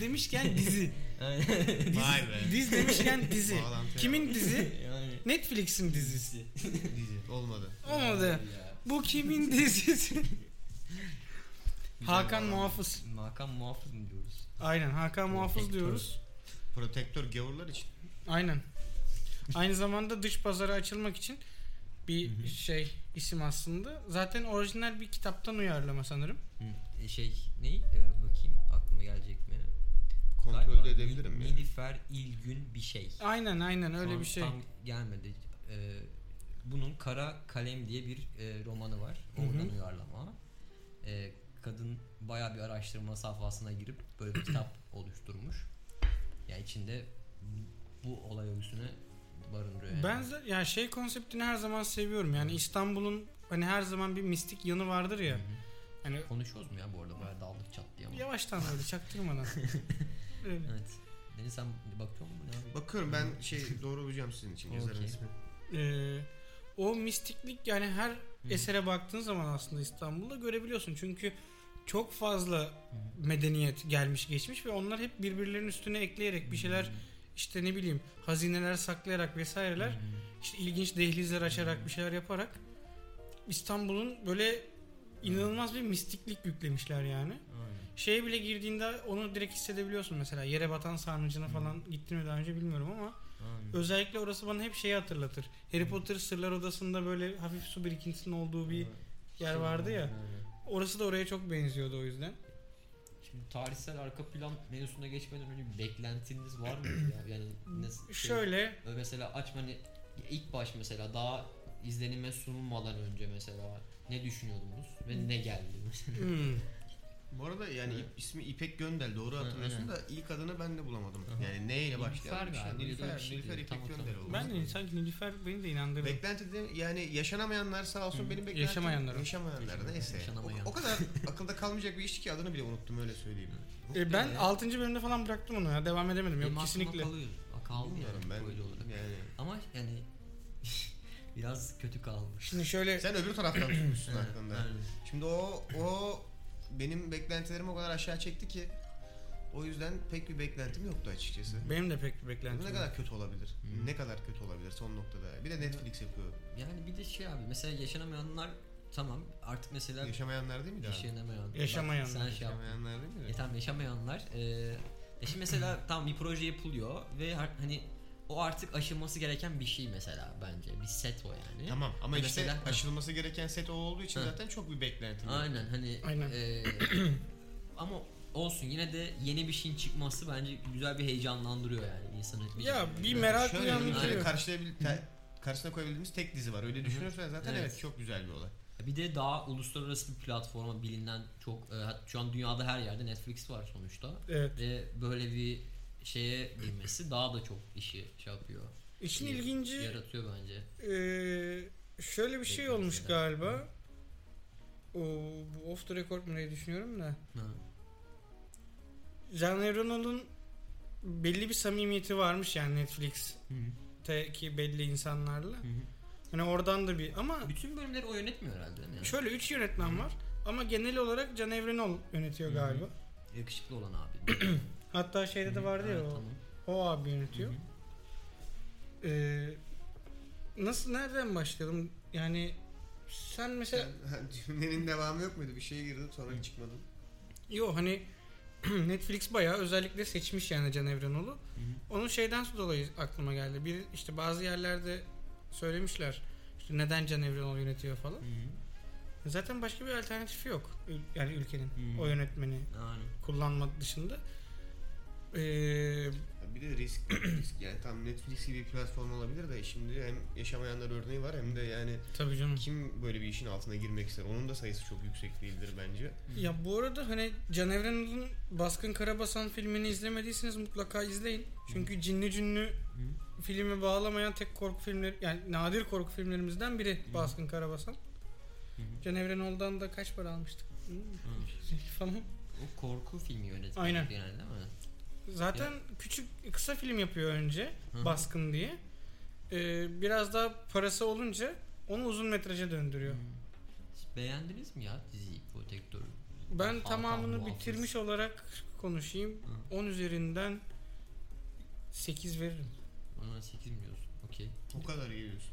Speaker 4: demişken dizi.
Speaker 5: Aynen.
Speaker 1: Vay be.
Speaker 4: diz demişken dizi.
Speaker 1: Bağlantı
Speaker 4: Kimin dizi?
Speaker 5: yani.
Speaker 4: Netflix'in dizisi.
Speaker 1: Dizi olmadı.
Speaker 4: Olmadı.
Speaker 5: Ya.
Speaker 4: Bu kimin dizisi? Hakan
Speaker 1: bağlantı.
Speaker 4: Muhafız.
Speaker 5: Makan muhafız mı diyoruz?
Speaker 4: Aynen Hakan Muhafız
Speaker 5: Protektör.
Speaker 4: diyoruz.
Speaker 1: Protektör gavurlar için.
Speaker 4: Aynen. Aynı zamanda dış pazara açılmak için bir şey isim aslında. Zaten orijinal bir kitaptan uyarlama sanırım.
Speaker 5: Hı, Şey ne? Ee, bakayım aklıma gelecek mi?
Speaker 1: Kontrol de edebilirim
Speaker 5: ya.
Speaker 1: yani.
Speaker 5: Nilüfer İlgün bir şey.
Speaker 4: Aynen aynen öyle
Speaker 5: Tam-
Speaker 4: bir şey.
Speaker 5: Tam gelmedi. Ee, bunun Kara Kalem diye bir e, romanı var.
Speaker 4: Hı hı.
Speaker 5: Oradan uyarlama. Ee, kadın bayağı bir araştırma safhasına girip böyle bir kitap oluşturmuş. Yani içinde bu olay örgüsünü barındırıyor. Yani.
Speaker 4: Ben de- yani şey konseptini her zaman seviyorum. Yani İstanbul'un hani her zaman bir mistik yanı vardır ya. Hani
Speaker 5: Konuşuyoruz mu ya bu arada? Bayağı daldık çat diye ama.
Speaker 4: yavaştan böyle çaktırmadan. Öyle.
Speaker 5: Evet. Deniz sen bakıyor musun? Ne yapıyorsun?
Speaker 1: Bakıyorum ben şey doğru bulacağım sizin için yazarın
Speaker 5: Okey.
Speaker 1: ismi.
Speaker 4: Ee, o mistiklik yani her esere baktığın zaman aslında İstanbul'da görebiliyorsun. Çünkü çok fazla medeniyet gelmiş geçmiş ve onlar hep birbirlerinin üstüne ekleyerek bir şeyler işte ne bileyim hazineler saklayarak vesaireler işte ilginç dehlizler açarak bir şeyler yaparak İstanbul'un böyle inanılmaz bir mistiklik yüklemişler yani.
Speaker 5: Aynen.
Speaker 4: Şeye bile girdiğinde onu direkt hissedebiliyorsun mesela yere batan sarnıcına falan gittim mi daha önce bilmiyorum ama
Speaker 5: Aynen.
Speaker 4: Özellikle orası bana hep şeyi hatırlatır. Harry Potter Sırlar Odası'nda böyle hafif su birikintisinin olduğu bir yer vardı ya.
Speaker 5: Şey Aynen.
Speaker 4: Orası da oraya çok benziyordu o yüzden.
Speaker 5: Şimdi tarihsel arka plan mevzusuna geçmeden önce bir beklentiniz var mı ya? Yani nasıl, şey-
Speaker 4: Şöyle
Speaker 5: Böyle mesela açma hani ilk baş mesela daha izlenime sunulmadan önce mesela ne düşünüyordunuz ve ne geldi mesela?
Speaker 4: hmm,
Speaker 1: Bu arada yani
Speaker 5: Evet.
Speaker 1: ip- ismi İpek Göndel doğru
Speaker 5: Hı,
Speaker 1: hatırlıyorsun
Speaker 5: aynen.
Speaker 1: da ilk adını ben de bulamadım.
Speaker 5: Aha.
Speaker 1: Yani ne ile başlayan bir şey.
Speaker 5: Nilüfer galiba, öyle
Speaker 1: Nilüfer,
Speaker 5: bir şey
Speaker 1: Nilüfer
Speaker 5: diyor.
Speaker 1: İpek
Speaker 5: Tamam,
Speaker 1: Göndel
Speaker 5: tamam.
Speaker 1: oldu.
Speaker 4: ben de sanki Nilüfer beni de inandırdı.
Speaker 1: Beklentide yani yaşanamayanlar sağ olsun
Speaker 5: Hı.
Speaker 1: benim beklentim.
Speaker 4: Yaşamayanlar o.
Speaker 1: Yaşamayanlar neyse.
Speaker 5: Yaşanamayan.
Speaker 1: O, o kadar akılda kalmayacak bir işti ki adını bile unuttum öyle söyleyeyim.
Speaker 4: E, ben
Speaker 5: Evet.
Speaker 4: 6. bölümde falan bıraktım onu ya. Devam edemedim.
Speaker 5: Benim
Speaker 4: Yok
Speaker 5: aklıma
Speaker 4: kesinlikle.
Speaker 5: Kalıyor. Kaldı
Speaker 1: Bilmiyorum
Speaker 5: yani
Speaker 1: ben
Speaker 5: böyle olarak.
Speaker 1: yani.
Speaker 5: Ama yani biraz kötü kalmış.
Speaker 4: Şimdi şöyle
Speaker 1: Sen öbür taraftan tutmuşsun
Speaker 5: Evet,
Speaker 1: aklında.
Speaker 5: aynen.
Speaker 1: Şimdi o o benim beklentilerimi o kadar aşağı çekti ki o yüzden pek bir beklentim yoktu açıkçası.
Speaker 4: benim de pek bir
Speaker 1: Bu
Speaker 4: beklentim.
Speaker 1: ne
Speaker 4: yok.
Speaker 1: kadar kötü olabilir?
Speaker 5: Hı.
Speaker 1: Ne kadar kötü olabilir son noktada? Bir de Netflix yapıyor.
Speaker 5: Yani bir de şey abi mesela yaşanamayanlar tamam artık mesela şey
Speaker 1: Yaşamayanlar değil mi?
Speaker 5: yaşanamayan.
Speaker 4: Yaşamayanlar.
Speaker 5: Sen şey yap.
Speaker 1: Yaşamayanlar değil mi?
Speaker 5: E tamam yaşamayanlar. E, e şimdi mesela tam bir proje yapılıyor ve har- hani o artık aşılması gereken bir şey mesela bence. Bir set o yani.
Speaker 1: Tamam ama
Speaker 5: Mesela-
Speaker 1: işte
Speaker 5: Ha.
Speaker 1: aşılması gereken set o olduğu için
Speaker 5: Ha.
Speaker 1: zaten çok bir beklentim yok.
Speaker 5: Aynen hani
Speaker 4: Aynen.
Speaker 5: e, ama olsun yine de yeni bir şeyin çıkması bence güzel bir heyecanlandırıyor yani insanı.
Speaker 4: Ya bir
Speaker 1: Yani
Speaker 4: merak şey
Speaker 1: şöyle bir
Speaker 5: uyandırıyor.
Speaker 1: tane karşılayabil- te- karşısına koyabildiğimiz tek dizi var. Öyle düşünürsen zaten
Speaker 5: Evet.
Speaker 1: evet. çok güzel bir olay.
Speaker 5: Bir de daha uluslararası bir platforma bilinen çok e, hat- şu an dünyada her yerde Netflix var sonuçta.
Speaker 4: Evet.
Speaker 5: Ve böyle bir şeye girmesi daha da çok işi şey yapıyor.
Speaker 4: İşin
Speaker 5: İyi.
Speaker 4: ilginci
Speaker 5: Yaratıyor bence.
Speaker 4: Ee, şöyle bir şey
Speaker 5: Bekliyoruz
Speaker 4: olmuş
Speaker 5: yani.
Speaker 4: galiba. O, bu off the record mu diye düşünüyorum da.
Speaker 5: Ha.
Speaker 4: Jean Reno'nun belli bir samimiyeti varmış yani Netflix'teki
Speaker 5: Hı hı.
Speaker 4: belli insanlarla.
Speaker 5: Hı hı.
Speaker 4: Hani oradan da bir ama
Speaker 5: Bütün bölümleri o yönetmiyor herhalde. değil mi?
Speaker 4: şöyle üç yönetmen var ama genel olarak Can Evrenol yönetiyor
Speaker 5: Hı hı.
Speaker 4: galiba.
Speaker 5: Yakışıklı olan abi.
Speaker 4: Hatta şeyde de vardı ya
Speaker 5: Evet,
Speaker 4: o,
Speaker 5: tamam.
Speaker 4: o abi yönetiyor. Ee, nasıl nereden başlayalım? Yani sen mesela
Speaker 1: Cümlenin devamı yok muydu? Bir şeye girdin sonra çıkmadın.
Speaker 4: Yo hani Netflix bayağı özellikle seçmiş yani Can Evrenoğlu. Onun şeyden dolayı aklıma geldi. Bir işte bazı yerlerde söylemişler işte neden Can Evrenoğlu yönetiyor falan.
Speaker 5: Hı hı.
Speaker 4: Zaten başka bir alternatifi yok. Ül- Yani ülkenin
Speaker 5: Hı.
Speaker 4: o yönetmeni
Speaker 5: Yani.
Speaker 4: kullanmak dışında. Ee,
Speaker 1: Ya Bir de risk, risk yani tam Netflix gibi bir platform olabilir de şimdi hem yaşamayanlar örneği var hem de yani
Speaker 4: tabii canım.
Speaker 1: kim böyle bir işin altına girmek ister? Onun da sayısı çok yüksek değildir bence.
Speaker 4: Ya bu arada hani Can Evren'in Baskın Karabasan filmini izlemediyseniz mutlaka izleyin. Çünkü cinli cünlü filmi bağlamayan tek korku filmleri yani nadir korku filmlerimizden biri Baskın Karabasan. Can Evrenol'dan da kaç para almıştık? Hı, şey
Speaker 5: Hı.
Speaker 4: falan.
Speaker 5: O korku filmi yönetmeni
Speaker 4: Aynen.
Speaker 5: genelde değil mi?
Speaker 4: Zaten küçük kısa film yapıyor önce
Speaker 5: Hı hı.
Speaker 4: Baskın diye. Ee, biraz daha parası olunca onu uzun metraja döndürüyor.
Speaker 5: Siz beğendiniz mi ya diziyi Protector?
Speaker 4: Ben
Speaker 5: Hakan
Speaker 4: tamamını
Speaker 5: Muhafız.
Speaker 4: bitirmiş olarak konuşayım.
Speaker 5: Hı.
Speaker 4: 10 üzerinden 8 veririm.
Speaker 5: Ona 8 mi diyorsun? Okey.
Speaker 1: O kadar iyi diyorsun.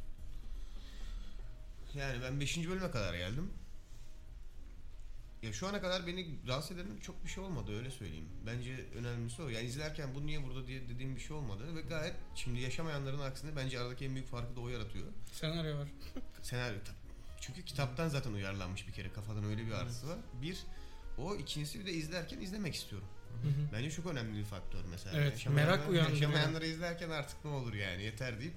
Speaker 1: Yani ben 5. bölüme kadar geldim. Ya şu ana kadar beni rahatsız eden çok bir şey olmadı öyle söyleyeyim. Bence önemlisi o. Yani izlerken bu niye burada diye dediğim bir şey olmadı ve gayet şimdi yaşamayanların aksine bence aradaki en büyük farkı da o yaratıyor.
Speaker 4: Senaryo var.
Speaker 1: Senaryo tab- çünkü kitaptan zaten uyarlanmış bir kere kafadan öyle bir artısı var. Bir o ikincisi bir de izlerken izlemek istiyorum. Bence çok önemli bir faktör mesela.
Speaker 4: Evet,
Speaker 1: Yaşamayanlar-
Speaker 4: merak uyandırıyor.
Speaker 1: Yaşamayanları izlerken artık ne olur yani yeter deyip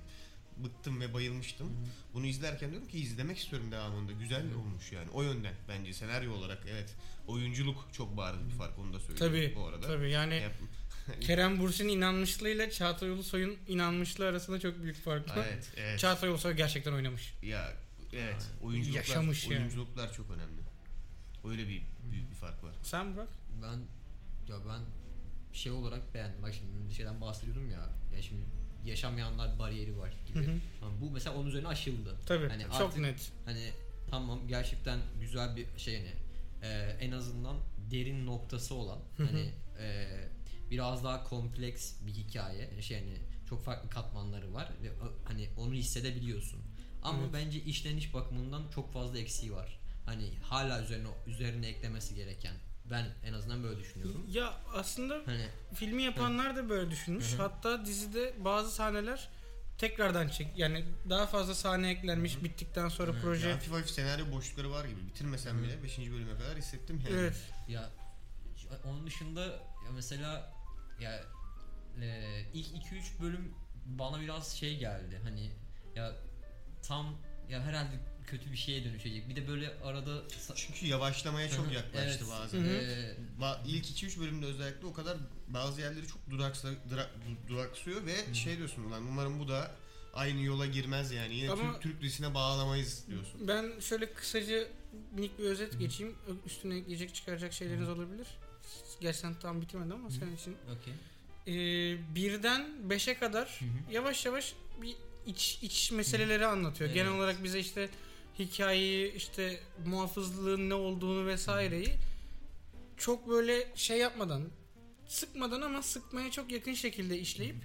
Speaker 1: bıktım ve bayılmıştım. Bunu izlerken diyorum ki izlemek istiyorum devamında. Güzel
Speaker 5: Evet.
Speaker 1: olmuş yani. O yönden bence senaryo olarak evet. Oyunculuk çok bariz bir fark onu da söyleyeyim
Speaker 4: Tabii.
Speaker 1: bu arada.
Speaker 4: Tabii yani
Speaker 1: Yap-
Speaker 4: Kerem Bursin inanmışlığıyla Çağatay Ulusoy'un inanmışlığı arasında çok büyük fark var.
Speaker 1: evet, evet.
Speaker 4: Çağatay Ulusoy gerçekten oynamış.
Speaker 1: Ya evet oyunculuklar
Speaker 4: Yaşamış yani.
Speaker 1: oyunculuklar çok önemli. Öyle bir büyük bir fark var.
Speaker 4: Sen bırak.
Speaker 5: Ben ya ben şey olarak beğendim. Bak şimdi bir şeyden bahsediyordum ya. Ya şimdi yaşamayanlar bariyeri var gibi.
Speaker 4: Hı hı.
Speaker 5: Ama bu mesela onun üzerine aşıldı.
Speaker 4: Tabii
Speaker 5: Hani
Speaker 4: çok
Speaker 5: artık-
Speaker 4: net.
Speaker 5: Hani tamam gerçekten güzel bir şey hani e, en azından derin noktası olan
Speaker 4: hı.
Speaker 5: hani e, biraz daha kompleks bir hikaye şey hani çok farklı katmanları var ve o- hani onu hissedebiliyorsun. Ama
Speaker 4: Evet.
Speaker 5: bence işleniş bakımından çok fazla eksiği var. Hani hala üzerine üzerine eklemesi gereken. Ben en azından böyle düşünüyorum.
Speaker 4: Ya aslında
Speaker 5: Hani
Speaker 4: filmi yapanlar da böyle düşünmüş.
Speaker 5: Hı hı.
Speaker 4: Hatta dizide bazı sahneler tekrardan çek yani daha fazla sahne eklenmiş bittikten sonra
Speaker 5: Hı,
Speaker 4: proje.
Speaker 1: Ya hafif hafif senaryo boşlukları var gibi. Bitirmesem bile 5. bölüme kadar hissettim yani.
Speaker 4: Evet.
Speaker 5: Ya onun dışında ya mesela ya e, ilk 2 3 bölüm bana biraz şey geldi. Hani ya tam ya herhalde kötü bir şeye dönüşecek. Bir de böyle arada sa-
Speaker 1: Çünkü yavaşlamaya çok
Speaker 5: Evet,
Speaker 1: yaklaştı bazen.
Speaker 4: Hı hı.
Speaker 5: e,
Speaker 1: Ba- İlk 2-3 bölümde özellikle o kadar bazı yerleri çok duraksa, dura- du- duraksıyor ve şey diyorsun ulan umarım bu da aynı yola girmez yani. Yine
Speaker 4: Ama-
Speaker 1: Türk, Türk dizisine bağlamayız diyorsun.
Speaker 4: Ben şöyle kısaca minik bir özet geçeyim. Ö- Üstüne ekleyecek çıkaracak şeyleriniz olabilir. Gerçi sen tam bitirmedi ama senin için.
Speaker 5: okey.
Speaker 4: Ee, birden beşe kadar
Speaker 5: hı.
Speaker 4: yavaş yavaş bir iç iç meseleleri anlatıyor.
Speaker 5: Evet.
Speaker 4: Genel olarak bize işte hikayeyi, işte muhafızlığın ne olduğunu vesaireyi çok böyle şey yapmadan, sıkmadan ama sıkmaya çok yakın şekilde işleyip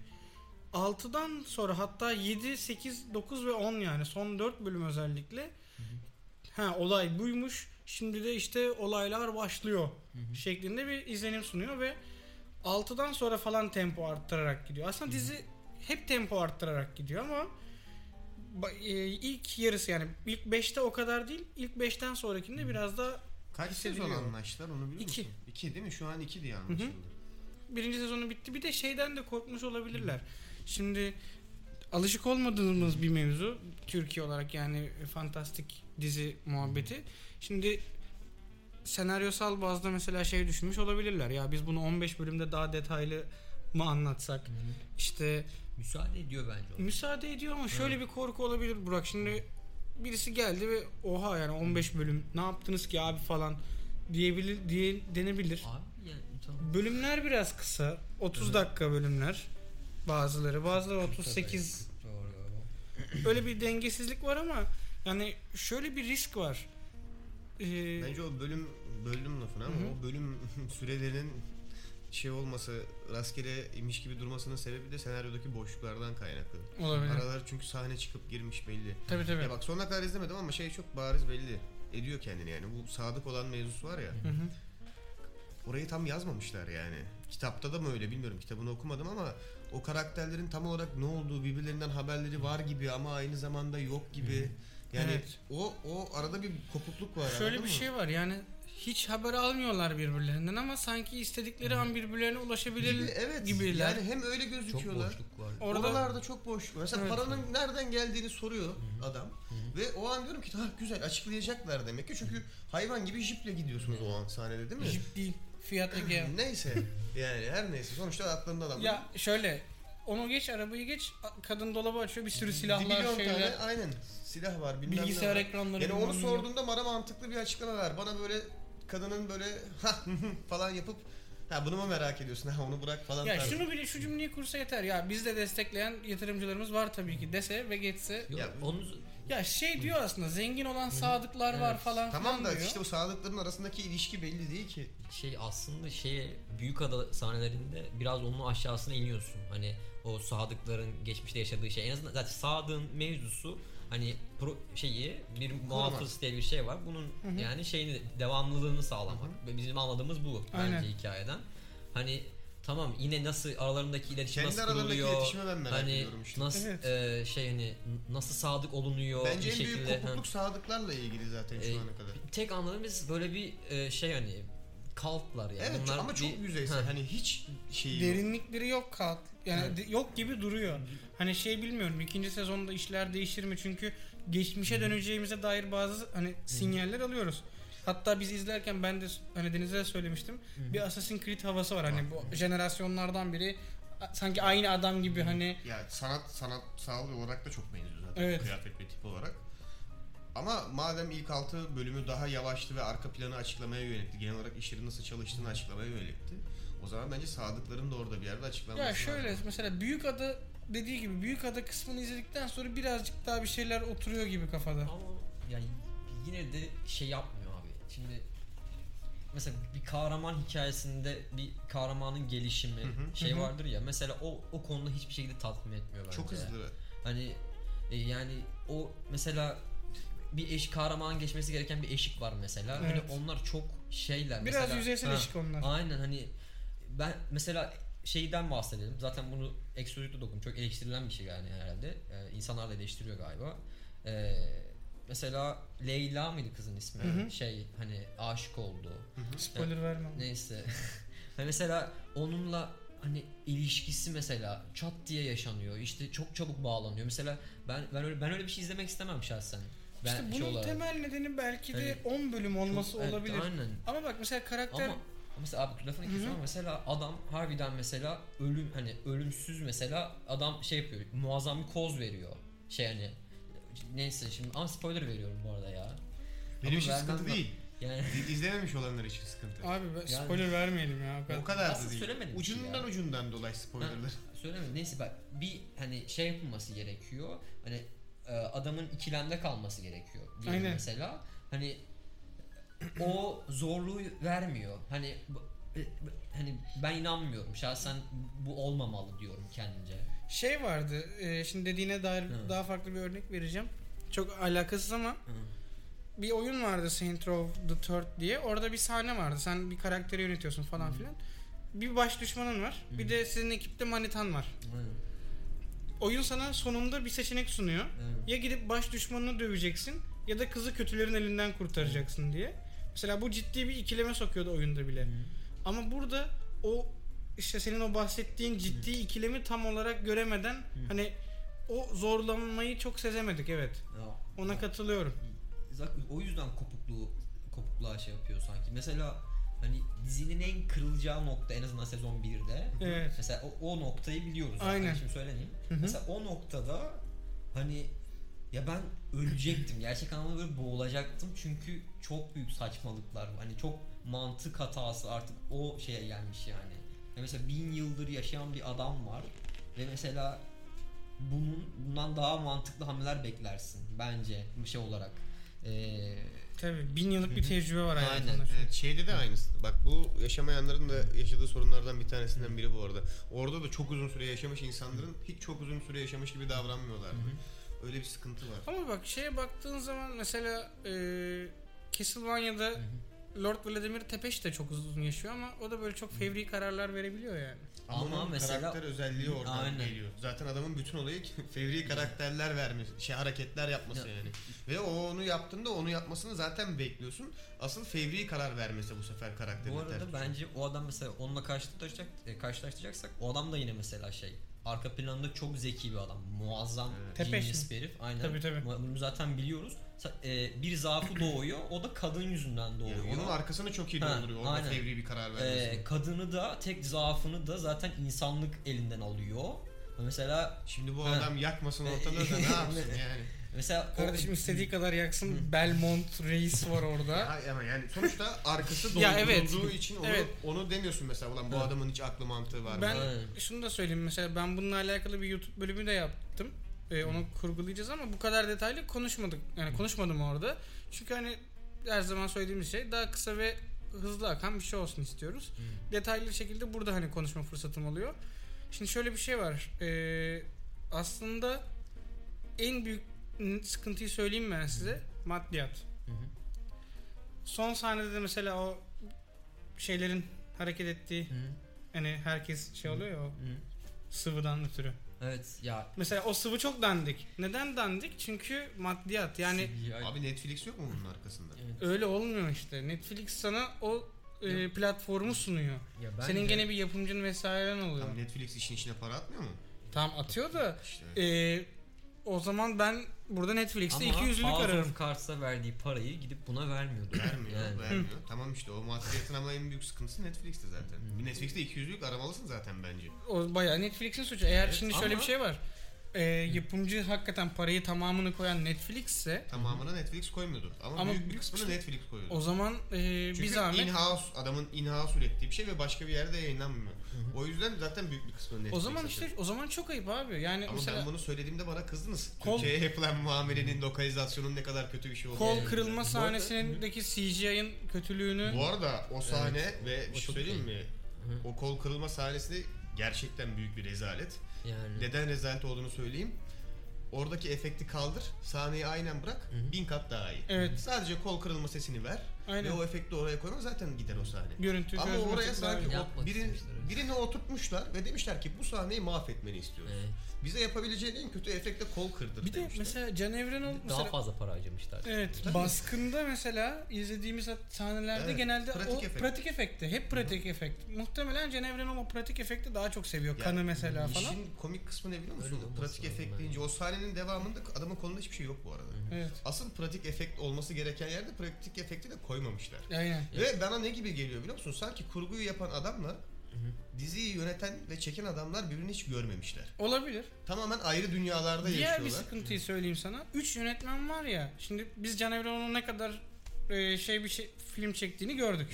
Speaker 4: 6'dan sonra hatta 7, 8, 9 ve 10 yani son 4 bölüm özellikle ha olay buymuş şimdi de işte olaylar başlıyor şeklinde bir izlenim sunuyor ve 6'dan sonra falan tempo arttırarak gidiyor. Aslında dizi hep tempo arttırarak gidiyor ama ba- e, ilk yarısı yani ilk 5'te o kadar değil ilk 5'ten sonrakinde biraz daha
Speaker 1: Kaç sezon
Speaker 4: Hissediliyor.
Speaker 1: anlaştılar onu biliyor
Speaker 4: İki.
Speaker 1: musun? İki değil mi? Şu an iki diye anlaşıldı.
Speaker 4: birinci sezonu bitti. Bir de şeyden de korkmuş olabilirler. Şimdi alışık olmadığımız bir mevzu Türkiye olarak yani fantastik dizi muhabbeti. Şimdi senaryosal bazda mesela şey düşünmüş olabilirler. Ya biz bunu 15 bölümde daha detaylı mı anlatsak? İşte
Speaker 5: Müsaade ediyor bence ona.
Speaker 4: müsaade ediyor ama şöyle bir korku olabilir Burak. Şimdi birisi geldi ve oha yani 15 bölüm ne yaptınız ki abi falan diyebilir diye denebilir.
Speaker 5: Abi yani tamam.
Speaker 4: Bölümler biraz kısa. 30 dakika bölümler. Bazıları. Bazıları 38.
Speaker 5: Doğru.
Speaker 4: Öyle bir dengesizlik var ama yani şöyle bir risk var. Ee,
Speaker 1: Bence o bölüm bölüm lafını ama
Speaker 4: Hı hı.
Speaker 1: o bölüm sürelerinin şey olması rastgele imiş gibi durmasının sebebi de senaryodaki boşluklardan kaynaklı.
Speaker 4: olabilir.
Speaker 1: Aralar çünkü sahne çıkıp girmiş belli.
Speaker 4: Tabii
Speaker 1: Ya
Speaker 4: tabii.
Speaker 1: bak sonuna kadar izlemedim ama şey çok bariz belli. Ediyor kendini yani. Bu sadık olan mevzusu var ya.
Speaker 4: Hı hı.
Speaker 1: Orayı tam yazmamışlar yani. Kitapta da mı öyle bilmiyorum. Kitabını okumadım ama o karakterlerin tam olarak ne olduğu, birbirlerinden haberleri var gibi ama aynı zamanda yok gibi. Yani
Speaker 4: Evet.
Speaker 1: o o arada bir kopukluk var.
Speaker 4: Şöyle
Speaker 1: anladın mı?
Speaker 4: bir şey var yani hiç haber almıyorlar birbirlerinden ama sanki istedikleri an birbirlerine ulaşabilir
Speaker 1: Gibi, evet.
Speaker 4: gibiler.
Speaker 1: Yani hem öyle
Speaker 5: Çok
Speaker 1: gözüküyorlar.
Speaker 5: boşluk var.
Speaker 4: Orada
Speaker 1: Oralarda çok boş. Mesela
Speaker 4: Evet.
Speaker 1: paranın nereden geldiğini soruyor adam. Ve o an diyorum ki ha güzel açıklayacaklar demek ki. Çünkü hayvan gibi jiple gidiyorsunuz o an sahnede değil mi?
Speaker 4: jip değil. Fiat Egea.
Speaker 1: Neyse. Yani her neyse. Sonuçta aklında adam.
Speaker 4: ya şöyle onu geç arabayı geç a- kadın dolabı açıyor bir sürü silahlar
Speaker 1: Zibilyon
Speaker 4: şeyler.
Speaker 1: tane aynen silah var bilmem
Speaker 4: Bilgisayar
Speaker 1: ne var.
Speaker 4: ekranları.
Speaker 1: Yani onu
Speaker 4: bilmem ne.
Speaker 1: sorduğunda bana mantıklı bir açıklama ver. Bana böyle kadının böyle ha falan yapıp ha bunu mu merak ediyorsun ha onu bırak falan
Speaker 4: Ya
Speaker 1: tarzı.
Speaker 4: şunu bile şu cümleyi kursa yeter ya biz de destekleyen yatırımcılarımız var tabii ki dese ve geçse.
Speaker 5: Yok,
Speaker 1: Ya-
Speaker 5: onu
Speaker 4: Ya şey diyor aslında zengin olan sadıklar var
Speaker 5: Evet.
Speaker 4: falan
Speaker 1: Tamam
Speaker 4: filan
Speaker 1: da
Speaker 4: diyor.
Speaker 1: işte bu sadıkların arasındaki ilişki belli değil ki.
Speaker 5: şey aslında şeye büyük ada sahnelerinde biraz onun aşağısına iniyorsun. Hani o sadıkların geçmişte yaşadığı şey en azından zaten sadığın mevzusu hani pro, şeyi bir muhafız diye bir şey var. Bunun yani şeyini devamlılığını sağlamak. Ve Bizim anladığımız bu
Speaker 4: Aynen.
Speaker 5: bence hikayeden. Hani tamam yine nasıl aralarındaki iletişim
Speaker 1: Kendi
Speaker 5: nasıl
Speaker 1: aralarındaki
Speaker 5: kuruluyor?
Speaker 1: iletişime ben merak
Speaker 5: hani
Speaker 1: ediyorum işte.
Speaker 5: nasıl
Speaker 4: Evet.
Speaker 5: e, şey hani n- nasıl sadık olunuyor
Speaker 1: Bence
Speaker 5: bir
Speaker 1: en büyük
Speaker 5: şekilde. Hı.
Speaker 1: kopukluk sadıklarla ilgili zaten şu
Speaker 5: Ee,
Speaker 1: ana kadar.
Speaker 5: Tek anladığımız böyle bir e, şey hani kalklar yani.
Speaker 1: Evet
Speaker 5: Bunlar
Speaker 1: ama çok
Speaker 5: bir-
Speaker 1: yüzeysel.
Speaker 5: Ha.
Speaker 1: Hani hiç şeyi yok.
Speaker 4: Derinlikleri yok kalk. Yani de- yok gibi duruyor. Hani şey bilmiyorum ikinci sezonda işler değişir mi? Çünkü
Speaker 5: Hmm.
Speaker 4: geçmişe döneceğimize dair bazı hani sinyaller alıyoruz. Hatta biz izlerken ben de s- hani Deniz'e de söylemiştim.
Speaker 5: Hmm.
Speaker 4: Bir Assassin's Creed havası var. Hani bu jenerasyonlardan biri a- sanki aynı adam gibi
Speaker 5: Hmm.
Speaker 4: hani
Speaker 1: Ya sanat sanatsal olarak da çok benziyor zaten
Speaker 4: Evet.
Speaker 1: kıyafet ve tip olarak. Ama madem ilk altı bölümü daha yavaştı ve arka planı açıklamaya yönelikti. Genel olarak işlerin nasıl çalıştığını açıklamaya yönelikti. O zaman bence sadıkların da orada bir yerde açıklanması
Speaker 4: Ya şöyle
Speaker 1: lazım.
Speaker 4: mesela büyük ada dediği gibi büyük ada kısmını izledikten sonra birazcık daha bir şeyler oturuyor gibi kafada.
Speaker 5: Ama yani yine de şey yapmıyor abi. Şimdi mesela bir kahraman hikayesinde bir kahramanın gelişimi şey vardır ya. Mesela o o konuda hiçbir şekilde tatmin etmiyor bence.
Speaker 1: Çok hızlı.
Speaker 5: Hani e, yani o mesela bir eş kahramanın geçmesi gereken bir eşik var mesela. Hani
Speaker 4: Evet.
Speaker 5: onlar çok şeyler.
Speaker 4: Biraz
Speaker 5: mesela,
Speaker 4: yüzeysel
Speaker 5: Ha,
Speaker 4: eşik onlar.
Speaker 5: Aynen hani ben mesela şeyden bahsedelim. Zaten bunu Exodus'ta dokun çok eleştirilen bir şey yani herhalde. Ee, insanlar da eleştiriyor galiba. Ee, mesela Leyla mıydı kızın ismi?
Speaker 4: Hı hı.
Speaker 5: Şey hani aşık oldu.
Speaker 4: Spoiler vermem.
Speaker 5: Neyse. Hani mesela onunla hani ilişkisi mesela çat diye yaşanıyor. İşte çok çabuk bağlanıyor. Mesela ben ben öyle ben öyle bir şey izlemek istemem şahsen. Ben
Speaker 4: İşte
Speaker 5: şey
Speaker 4: bunun
Speaker 5: olarak.
Speaker 4: temel nedeni belki de
Speaker 5: Evet.
Speaker 4: 10 bölüm olması
Speaker 5: Çok- evet,
Speaker 4: olabilir.
Speaker 5: Aynen.
Speaker 4: Ama bak mesela
Speaker 5: Ama
Speaker 4: karakter
Speaker 5: ama mesela abi lafını kesiyorum ama mesela adam harbiden mesela ölüm hani ölümsüz mesela adam şey yapıyor muazzam bir koz veriyor şey hani neyse şimdi ama spoiler veriyorum bu arada ya
Speaker 1: Benim için
Speaker 5: vermem
Speaker 1: sıkıntı
Speaker 5: lazım.
Speaker 1: değil.
Speaker 5: yani
Speaker 1: İzlememiş olanlar için sıkıntı.
Speaker 4: abi ben-
Speaker 5: Yani-
Speaker 4: spoiler vermeyelim ya.
Speaker 1: O kadar da
Speaker 5: Aslında
Speaker 1: değil.
Speaker 5: söylemedim ki
Speaker 1: Ucundan
Speaker 5: ya.
Speaker 1: ucundan dolayı spoilerlar.
Speaker 5: Söylemedim. Neyse bak bir hani şey yapılması gerekiyor. Hani e, adamın ikilemde kalması gerekiyor. diyelim
Speaker 4: Aynen.
Speaker 5: Mesela hani o zorluğu vermiyor. Hani bu- e, bu- hani ben inanmıyorum. Şahsen bu olmamalı diyorum kendince.
Speaker 4: Şey vardı. e, şimdi dediğine dair
Speaker 5: Hı.
Speaker 4: daha farklı bir örnek vereceğim. Çok alakasız ama bir oyun vardı Saint Row the Third diye. Orada bir sahne vardı. Sen bir karakteri yönetiyorsun falan
Speaker 5: Hmm.
Speaker 4: filan. Bir baş düşmanın var. Bir de senin ekipte manitan var.
Speaker 5: Aynen.
Speaker 4: Oyun sana sonunda bir seçenek sunuyor.
Speaker 5: Evet. Hmm.
Speaker 4: Ya gidip baş düşmanını döveceksin ya da kızı kötülerin elinden kurtaracaksın diye. Mesela bu ciddi bir ikileme sokuyordu oyunda bile. Ama burada o işte senin o bahsettiğin ciddi ikilemi tam olarak göremeden hani o zorlanmayı çok sezemedik evet.
Speaker 5: Ya,
Speaker 4: Ona
Speaker 5: ya.
Speaker 4: katılıyorum.
Speaker 5: Zaten o yüzden kopukluğu kopukluğa şey yapıyor sanki. Mesela hani dizinin en kırılacağı nokta en azından sezon 1'de.
Speaker 4: Evet.
Speaker 5: Mesela o, o noktayı biliyoruz. zaten,
Speaker 4: Aynen.
Speaker 5: Şimdi söylemeyeyim.
Speaker 4: Hı hı.
Speaker 5: Mesela o noktada hani ya ben ölecektim. Gerçek anlamda böyle boğulacaktım. Çünkü çok büyük saçmalıklar. var. Hani çok mantık hatası artık o şeye gelmiş yani. Ya mesela bin yıldır yaşayan bir adam var. Ve mesela bunun bundan daha mantıklı hamleler beklersin bence bir şey olarak. Ee,
Speaker 4: Tabii bin yıllık bir tecrübe var
Speaker 5: Aynen,
Speaker 4: hayatında. şu an.
Speaker 1: Evet, şeyde de aynısı. Bak bu yaşamayanların da yaşadığı sorunlardan bir tanesinden biri bu arada. Orada da çok uzun süre yaşamış insanların hiç çok uzun süre yaşamış gibi davranmıyorlardı. Öyle bir sıkıntı var.
Speaker 4: Ama bak şeye baktığın zaman mesela e, Castlevania'da Lord Vladimir Tepeş de çok uzun yaşıyor ama o da böyle çok fevri kararlar verebiliyor yani.
Speaker 1: Ama,
Speaker 5: Ama
Speaker 1: onun
Speaker 5: mesela-
Speaker 1: karakter özelliği oradan
Speaker 5: Aynen.
Speaker 1: geliyor. Zaten adamın bütün olayı fevri karakterler vermesi, şey hareketler yapması
Speaker 5: Ya.
Speaker 1: yani. Ve o onu yaptığında onu yapmasını zaten bekliyorsun. Asıl fevri karar vermesi bu sefer karakterin.
Speaker 5: bu arada
Speaker 1: tercih.
Speaker 5: bence o adam mesela onunla karşılaştıracak, e, karşılaştıracaksak o adam da yine mesela şey arka planda çok zeki bir adam. Muazzam
Speaker 1: Evet.
Speaker 5: genius
Speaker 4: Tepeş
Speaker 5: bir herif. Aynen.
Speaker 4: Tabii, tabii.
Speaker 5: Bunu zaten biliyoruz. Sa- e, bir zaafı doğuyor. O da kadın yüzünden doğuyor.
Speaker 1: Yani onun arkasını çok iyi
Speaker 5: Ha,
Speaker 1: dolduruyor. Orada
Speaker 5: aynen.
Speaker 1: fevri bir karar vermesi.
Speaker 5: Ee, kadını da tek zaafını da zaten insanlık elinden alıyor. Mesela
Speaker 1: Şimdi bu
Speaker 5: Ha.
Speaker 1: adam yakmasın ortalığı da ne yapsın yani.
Speaker 5: mesela o-
Speaker 4: Kardeşim istediği kadar yaksın Belmont reis var orada.
Speaker 1: Ha, Ama yani sonuçta arkası doldurulduğu
Speaker 4: Ya evet.
Speaker 1: için onu,
Speaker 4: Evet.
Speaker 1: onu demiyorsun mesela ulan bu
Speaker 5: Ha.
Speaker 1: adamın hiç aklı mantığı var mı?
Speaker 4: Ben
Speaker 5: Aynen.
Speaker 4: şunu da söyleyeyim mesela ben bununla alakalı bir YouTube bölümü de yaptım. Ee, onu kurgulayacağız ama bu kadar detaylı konuşmadık. Yani konuşmadım orada. Çünkü hani her zaman söylediğimiz şey daha kısa ve hızlı akan bir şey olsun istiyoruz. Detaylı şekilde burada hani konuşma fırsatım oluyor. Şimdi şöyle bir şey var. Ee, aslında en büyük n- sıkıntıyı söyleyeyim ben size. Maddiyat.
Speaker 5: Hı hı.
Speaker 4: Son sahnede de mesela o şeylerin hareket ettiği
Speaker 5: Hı,
Speaker 4: hani herkes şey oluyor ya o
Speaker 5: hı.
Speaker 4: sıvıdan ötürü.
Speaker 5: Evet ya.
Speaker 4: Mesela o sıvı çok dandik. Neden dandik? Çünkü maddiyat. Yani
Speaker 5: CGI
Speaker 1: Abi Netflix yok mu bunun arkasında?
Speaker 5: Evet.
Speaker 4: öyle olmuyor işte. Netflix sana o e, platformu sunuyor.
Speaker 5: Ya
Speaker 4: Senin
Speaker 5: bence-
Speaker 4: gene bir yapımcın vesairelen oluyor.
Speaker 1: Tam
Speaker 4: Tam,
Speaker 1: Netflix işin içine para atmıyor mu?
Speaker 4: atıyor da
Speaker 1: İşte.
Speaker 4: e, o zaman ben burada Netflix'te
Speaker 5: Ama
Speaker 4: iki yüzlülük
Speaker 5: House of
Speaker 4: ararım.
Speaker 5: Cards'a verdiği parayı gidip buna vermiyordu.
Speaker 1: Vermiyor,
Speaker 5: Yani.
Speaker 1: vermiyor. Tamam işte o maddiyetin ama en büyük sıkıntısı Netflix'te zaten. Netflix'te 200'lük aramalısın zaten bence.
Speaker 4: O bayağı Netflix'in suçu. Eğer
Speaker 1: Evet,
Speaker 4: şimdi şöyle
Speaker 5: ama-
Speaker 4: bir şey var. E, yapımcı hakikaten parayı tamamını koyan Netflix'se
Speaker 1: Tamamına Netflix koymuyordu. Ama,
Speaker 4: Ama
Speaker 1: büyük bir
Speaker 4: büyük
Speaker 1: kısmını
Speaker 4: kısmı-
Speaker 1: Netflix koyuyordu.
Speaker 4: o zaman e,
Speaker 1: Çünkü
Speaker 4: bir zahmet
Speaker 1: in-house, adamın in-house ürettiği bir şey ve başka bir yerde yayınlanmıyor. O yüzden zaten büyük bir kısmını Netflix
Speaker 4: o zaman işte o zaman çok ayıp abi. Yani
Speaker 1: Ama
Speaker 4: mesela
Speaker 1: ben bunu söylediğimde bana kızdınız.
Speaker 4: Kol-
Speaker 1: Türkiye'ye yapılan muamelenin lokalizasyonun ne kadar kötü bir şey olduğunu.
Speaker 4: Kol
Speaker 1: Yani.
Speaker 4: kırılma
Speaker 5: Bu arada-
Speaker 4: sahnesindeki CGI'ın kötülüğünü
Speaker 1: Bu arada o sahne ve
Speaker 5: o
Speaker 1: bir şey
Speaker 5: çok
Speaker 1: söyleyeyim
Speaker 5: iyi.
Speaker 1: mi? O kol kırılma sahnesi gerçekten büyük bir rezalet.
Speaker 5: Yani.
Speaker 1: Neden rezalet olduğunu söyleyeyim. Oradaki efekti kaldır, sahneyi aynen bırak, bin kat daha iyi.
Speaker 4: Evet.
Speaker 1: Sadece kol kırılma sesini ver
Speaker 4: Aynen.
Speaker 1: ve o efekti oraya koyma zaten gider o sahne.
Speaker 4: görüntü
Speaker 1: Ama
Speaker 4: çözmesi
Speaker 1: oraya
Speaker 4: daha iyi.
Speaker 1: sanki o,
Speaker 5: Yapmak
Speaker 1: birini,
Speaker 5: istemişler.
Speaker 1: birini oturtmuşlar ve demişler ki bu sahneyi mahvetmeni istiyoruz.
Speaker 5: Evet.
Speaker 1: Bize yapabileceğin en kötü efekte kol kırdır
Speaker 4: bir de
Speaker 1: demişler.
Speaker 4: mesela Can Evrenol
Speaker 5: Daha
Speaker 4: mesela
Speaker 5: fazla para harcamışlar.
Speaker 4: Evet, baskında mesela izlediğimiz sahnelerde
Speaker 1: Evet,
Speaker 4: genelde
Speaker 1: pratik
Speaker 4: o
Speaker 1: efekt.
Speaker 4: pratik efekti. Hep pratik efekt. Muhtemelen Can Evrenol o pratik efekti daha çok seviyor.
Speaker 1: Yani
Speaker 4: Kanı mesela falan.
Speaker 1: İşin komik kısmı ne biliyor musun?
Speaker 5: Öyle olması
Speaker 1: pratik
Speaker 5: lazım
Speaker 1: efekt
Speaker 5: bence.
Speaker 1: deyince o sahnenin devamında adamın kolunda hiçbir şey yok bu arada.
Speaker 4: Evet.
Speaker 1: Asıl pratik efekt olması gereken yerde pratik efekti de koymamışlar.
Speaker 4: Aynen.
Speaker 1: Ve bana ne gibi geliyor biliyor musun? Sanki kurguyu yapan adamla diziyi yöneten ve çeken adamlar birbirini hiç görmemişler.
Speaker 4: Olabilir.
Speaker 1: Tamamen ayrı dünyalarda
Speaker 4: Diğer bir şey-
Speaker 1: yaşıyorlar.
Speaker 4: sıkıntıyı söyleyeyim sana. 3 yönetmen var ya. Şimdi biz Can Evrenol'un ne kadar e, şey bir şey, film çektiğini gördük.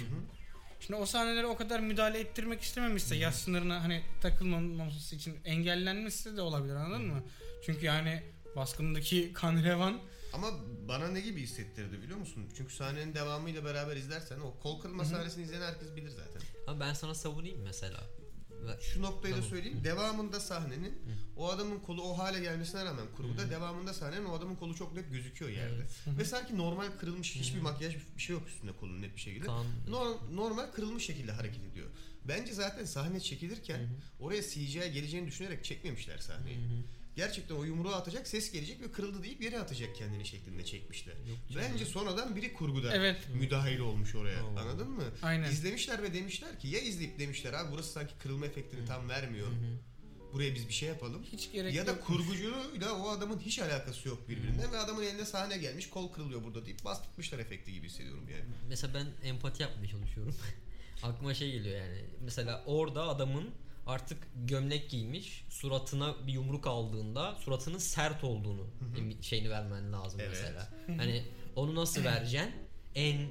Speaker 4: Şimdi o sahnelere o kadar müdahale ettirmek istememişse yaş sınırına hani takılmaması için engellenmişse de olabilir anladın mı? Çünkü yani baskındaki kan revan
Speaker 1: Ama bana ne gibi hissettirdi biliyor musun? Çünkü sahnenin devamıyla beraber izlersen o kol kırılma sahnesini izleyen herkes bilir zaten.
Speaker 5: Ama ben sana savunayım mesela. Ve-
Speaker 1: Şu noktayı da
Speaker 5: Tamam.
Speaker 1: söyleyeyim. Devamında sahnenin o adamın kolu o hale gelmesine rağmen kurguda devamında sahnenin o adamın kolu çok net gözüküyor yerde. Ve sanki normal kırılmış hiçbir makyaj bir şey yok üstünde kolun net bir şekilde.
Speaker 5: Kan-
Speaker 1: Nor- normal kırılmış şekilde hareket ediyor. Hani Bence zaten sahne çekilirken oraya CGI geleceğini düşünerek çekmemişler sahneyi. gerçekten o yumruğu atacak ses gelecek ve kırıldı deyip yere atacak kendini şeklinde çekmişler.
Speaker 6: Yok canım.
Speaker 1: Bence sonradan biri kurguda
Speaker 4: Evet.
Speaker 1: müdahil olmuş oraya.
Speaker 6: Oo.
Speaker 1: Anladın mı?
Speaker 4: Aynen.
Speaker 1: İzlemişler ve demişler ki ya izleyip demişler abi burası sanki kırılma efektini tam vermiyor. Buraya biz bir şey yapalım.
Speaker 4: Hiç gerek
Speaker 1: Ya da
Speaker 4: yok.
Speaker 1: kurgucuyla o adamın hiç alakası yok birbirinden ve adamın eline sahne gelmiş kol kırılıyor burada deyip bastırmışlar efekti gibi hissediyorum yani.
Speaker 5: Mesela ben empati yapmaya çalışıyorum. Aklıma şey geliyor yani. Mesela orada adamın artık gömlek giymiş, suratına bir yumruk aldığında suratının sert olduğunu em- şeyini vermen lazım
Speaker 1: Evet.
Speaker 5: mesela. Hani onu nasıl vereceksin? En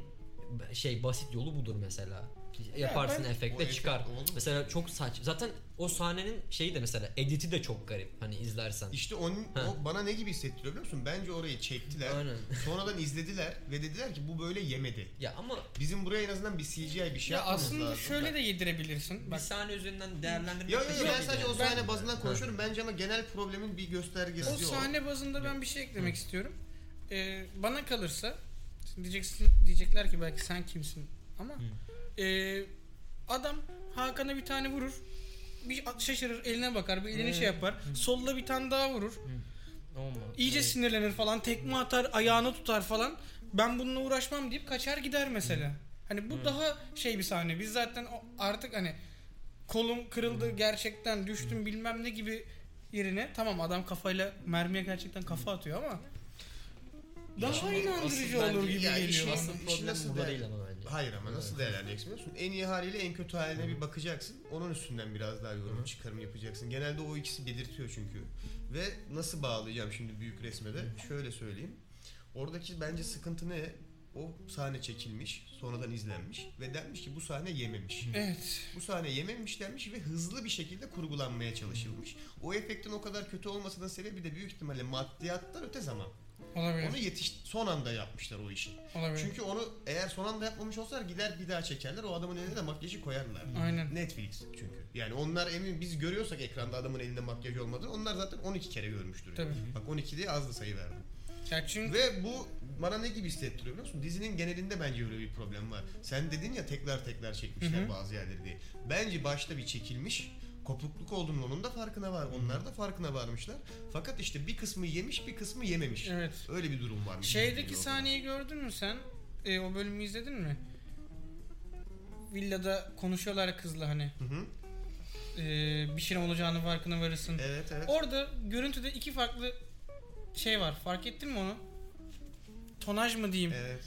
Speaker 5: b- şey basit yolu budur mesela. Yaparsın
Speaker 1: O
Speaker 5: efekte
Speaker 1: efekt
Speaker 5: çıkar.
Speaker 1: oldu mu?
Speaker 5: Mesela çok saç. Zaten o sahnenin şeyi de mesela editi de çok garip. Hani izlersen.
Speaker 1: İşte onun,
Speaker 5: Ha.
Speaker 1: o bana ne gibi hissettiriyor biliyor musun? Bence orayı çektiler.
Speaker 5: Aynen.
Speaker 1: Sonradan izlediler ve dediler ki bu böyle yemedi.
Speaker 5: Ya ama
Speaker 1: Bizim buraya en azından bir CGI bir şey
Speaker 4: Ya
Speaker 1: yapmamız
Speaker 4: aslında
Speaker 1: lazım.
Speaker 4: şöyle de yedirebilirsin.
Speaker 5: bir
Speaker 4: Bak
Speaker 5: sahne üzerinden değerlendirmek
Speaker 1: Ya
Speaker 5: de
Speaker 1: ya
Speaker 5: çok
Speaker 1: ben
Speaker 5: iyi
Speaker 1: sadece o
Speaker 5: yani.
Speaker 1: sahne bazından
Speaker 5: Ha.
Speaker 1: konuşuyorum. Bence ama genel problemin bir göstergesi
Speaker 4: o sahne bazında ben bir şey eklemek istiyorum. Ee, bana kalırsa şimdi diyeceksin diyecekler ki belki sen kimsin ama ee, adam Hakan'a bir tane vurur. Bir şaşırır, eline bakar, bir elini şey yapar. Solla bir tane daha vurur.
Speaker 6: Olmaz.
Speaker 4: İyice sinirlenir falan, tekme atar, ayağını tutar falan. Ben bununla uğraşmam deyip kaçar gider mesela. Hani bu daha şey bir sahne. Biz zaten o- artık hani kolum kırıldı gerçekten düştüm bilmem ne gibi yerine tamam adam kafayla mermiye gerçekten kafa atıyor ama daha inandırıcı
Speaker 5: asıl
Speaker 4: olur
Speaker 5: bence- şey-
Speaker 4: gibi
Speaker 1: ya
Speaker 4: geliyor.
Speaker 1: işin-
Speaker 4: bana.
Speaker 5: Asıl
Speaker 1: işin
Speaker 5: problem
Speaker 1: nasıl
Speaker 5: burada
Speaker 1: değer-
Speaker 5: değil ama bence.
Speaker 1: Hayır ama nasıl değerlendireceksin biliyor musun? En iyi haliyle en kötü haline bir bakacaksın. Onun üstünden biraz daha yorum çıkarım yapacaksın. Genelde o ikisi belirtiyor çünkü. Ve nasıl bağlayacağım şimdi büyük resme de? Şöyle söyleyeyim. Oradaki bence sıkıntı ne? O sahne çekilmiş, sonradan izlenmiş ve denmiş ki bu sahne yememiş.
Speaker 4: Evet.
Speaker 1: Bu sahne yememiş denmiş ve hızlı bir şekilde kurgulanmaya çalışılmış. O efektin o kadar kötü olmasının sebebi de büyük ihtimalle maddiyattan öte zaman.
Speaker 4: Olabilir.
Speaker 1: Onu yetiş son anda yapmışlar o işi.
Speaker 4: olabilir.
Speaker 1: Çünkü onu eğer son anda yapmamış olsalar gider bir daha çekerler. O adamın eline de makyajı koyarlar.
Speaker 4: Aynen.
Speaker 1: Netflix çünkü. Yani onlar emin biz görüyorsak ekranda adamın elinde makyaj olmadığını onlar zaten 12 kere görmüştür.
Speaker 4: Tabii.
Speaker 1: Bak 12 diye az da sayı verdim.
Speaker 4: Ya çünkü
Speaker 1: Ve bu bana ne gibi hissettiriyor biliyor musun? Dizinin genelinde bence öyle bir problem var. Sen dedin ya tekrar tekrar çekmişler
Speaker 4: Hı hı.
Speaker 1: bazı yerleri diye. Bence başta bir çekilmiş kopukluk olduğunun onun da farkına var. Onlar da farkına varmışlar. Fakat işte bir kısmı yemiş bir kısmı yememiş.
Speaker 4: evet.
Speaker 1: Öyle bir durum var.
Speaker 4: Şeydeki sahneyi gördün mü sen? E, o bölümü izledin mi? Villada konuşuyorlar ya kızla hani.
Speaker 1: Hı hı.
Speaker 4: E, bir şey olacağını farkına varırsın.
Speaker 1: Evet evet.
Speaker 4: Orada görüntüde iki farklı şey var. Fark ettin mi onu? Tonaj mı diyeyim?
Speaker 1: Evet.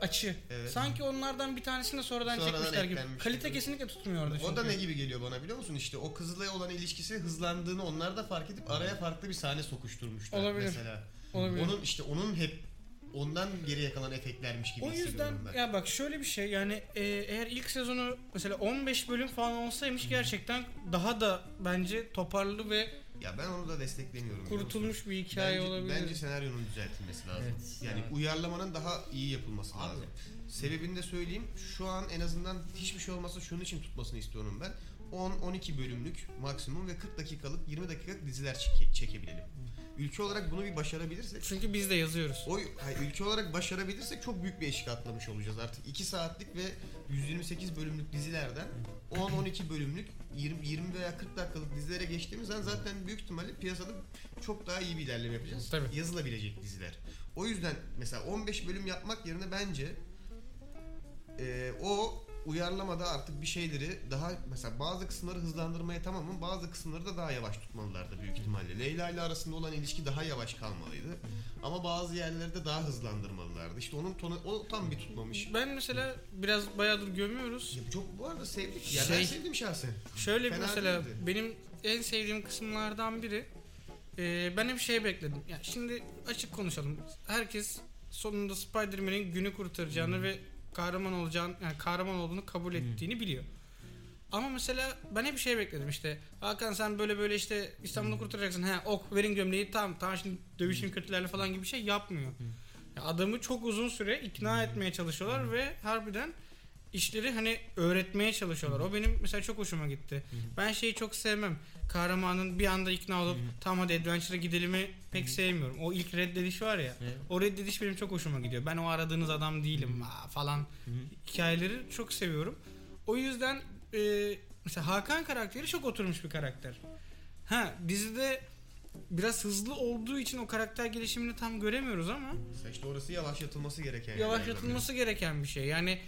Speaker 4: Açı.
Speaker 1: Evet.
Speaker 4: Sanki onlardan bir tanesini de sonradan,
Speaker 1: Sonradan
Speaker 4: çekmişler gibi.
Speaker 1: eklenmiş
Speaker 4: Kalite
Speaker 1: gibi.
Speaker 4: kesinlikle tutmuyor orada çünkü.
Speaker 1: O da ne gibi geliyor bana biliyor musun? İşte o kızla olan ilişkisi hızlandığını onlar da fark edip araya farklı bir sahne sokuşturmuşlar
Speaker 4: Olabilir.
Speaker 1: mesela.
Speaker 4: Olabilir.
Speaker 1: Onun işte onun hep ondan geriye kalan efektlermiş gibi
Speaker 4: O yüzden
Speaker 1: hissediyorum ben.
Speaker 4: ya bak şöyle bir şey yani e, eğer ilk sezonu mesela 15 bölüm falan olsaymış gerçekten daha da bence toparlı ve
Speaker 1: Ya ben onu da desteklemiyorum. biliyor musun?
Speaker 4: kurtulmuş bir hikaye
Speaker 1: bence,
Speaker 4: olabilir.
Speaker 1: Bence senaryonun düzeltilmesi lazım.
Speaker 5: Evet,
Speaker 1: yani
Speaker 5: evet.
Speaker 1: uyarlamanın daha iyi yapılması
Speaker 5: Abi.
Speaker 1: lazım. Sebebini de söyleyeyim. Şu an en azından hiçbir şey olmasa şunun için tutmasını istiyorum ben. 10-12 bölümlük maksimum ve 40 dakikalık 20 dakikalık diziler çeke- çekebilelim. Ülke olarak bunu bir başarabilirsek
Speaker 4: Çünkü biz de yazıyoruz.
Speaker 1: Oy, hayır, ülke olarak başarabilirsek çok büyük bir eşik atlamış olacağız artık. 2 saatlik ve 128 bölümlük dizilerden 10-12 bölümlük 20, 20 veya 40 dakikalık dizilere geçtiğimiz zaman zaten büyük ihtimalle piyasada çok daha iyi bir ilerleme yapacağız.
Speaker 4: Tabii.
Speaker 1: Yazılabilecek diziler. O yüzden mesela 15 bölüm yapmak yerine bence e, o uyarlamada artık bir şeyleri daha mesela bazı kısımları hızlandırmaya tamam mı bazı kısımları da daha yavaş tutmalılardı büyük ihtimalle. Leyla ile arasında olan ilişki daha yavaş kalmalıydı. Ama bazı yerleri de daha hızlandırmalılardı. İşte onun tonu o tam bir tutmamış.
Speaker 4: Ben mesela biraz bayağıdır gömüyoruz.
Speaker 1: Ya çok bu arada sevdik. Ya ben
Speaker 4: Şey-
Speaker 1: sevdim şahsen.
Speaker 4: Şöyle bir
Speaker 1: Fena
Speaker 4: mesela
Speaker 1: değildi.
Speaker 4: benim en sevdiğim kısımlardan biri e, ben hep şey bekledim. Ya şimdi açık konuşalım. Herkes sonunda Spider-Man'in günü kurtaracağını ve kahraman olacağını yani kahraman olduğunu kabul ettiğini biliyor. Ama mesela ben hep şey bekledim işte Hakan sen böyle böyle işte İstanbul'u kurtaracaksın. Ha ok verin gömleği tamam tamam şimdi dövüşün kötülerle falan gibi bir şey yapmıyor. Ya adamı çok uzun süre ikna etmeye çalışıyorlar ve harbiden işleri hani öğretmeye çalışıyorlar. O benim mesela çok hoşuma gitti. Ben şeyi çok sevmem. Kahramanın bir anda ikna olup tamam hadi adventure'a gidelimi pek sevmiyorum. O ilk reddediş var ya.
Speaker 6: Evet.
Speaker 4: O reddediş benim çok hoşuma gidiyor. Ben o aradığınız adam değilim aa, falan hikayeleri çok seviyorum. O yüzden e, mesela Hakan karakteri çok oturmuş bir karakter. Ha dizide biraz hızlı olduğu için o karakter gelişimini tam göremiyoruz ama
Speaker 1: Mesela işte orası yavaşlatılması gereken.
Speaker 4: yavaşlatılması gereken bir şey. Yani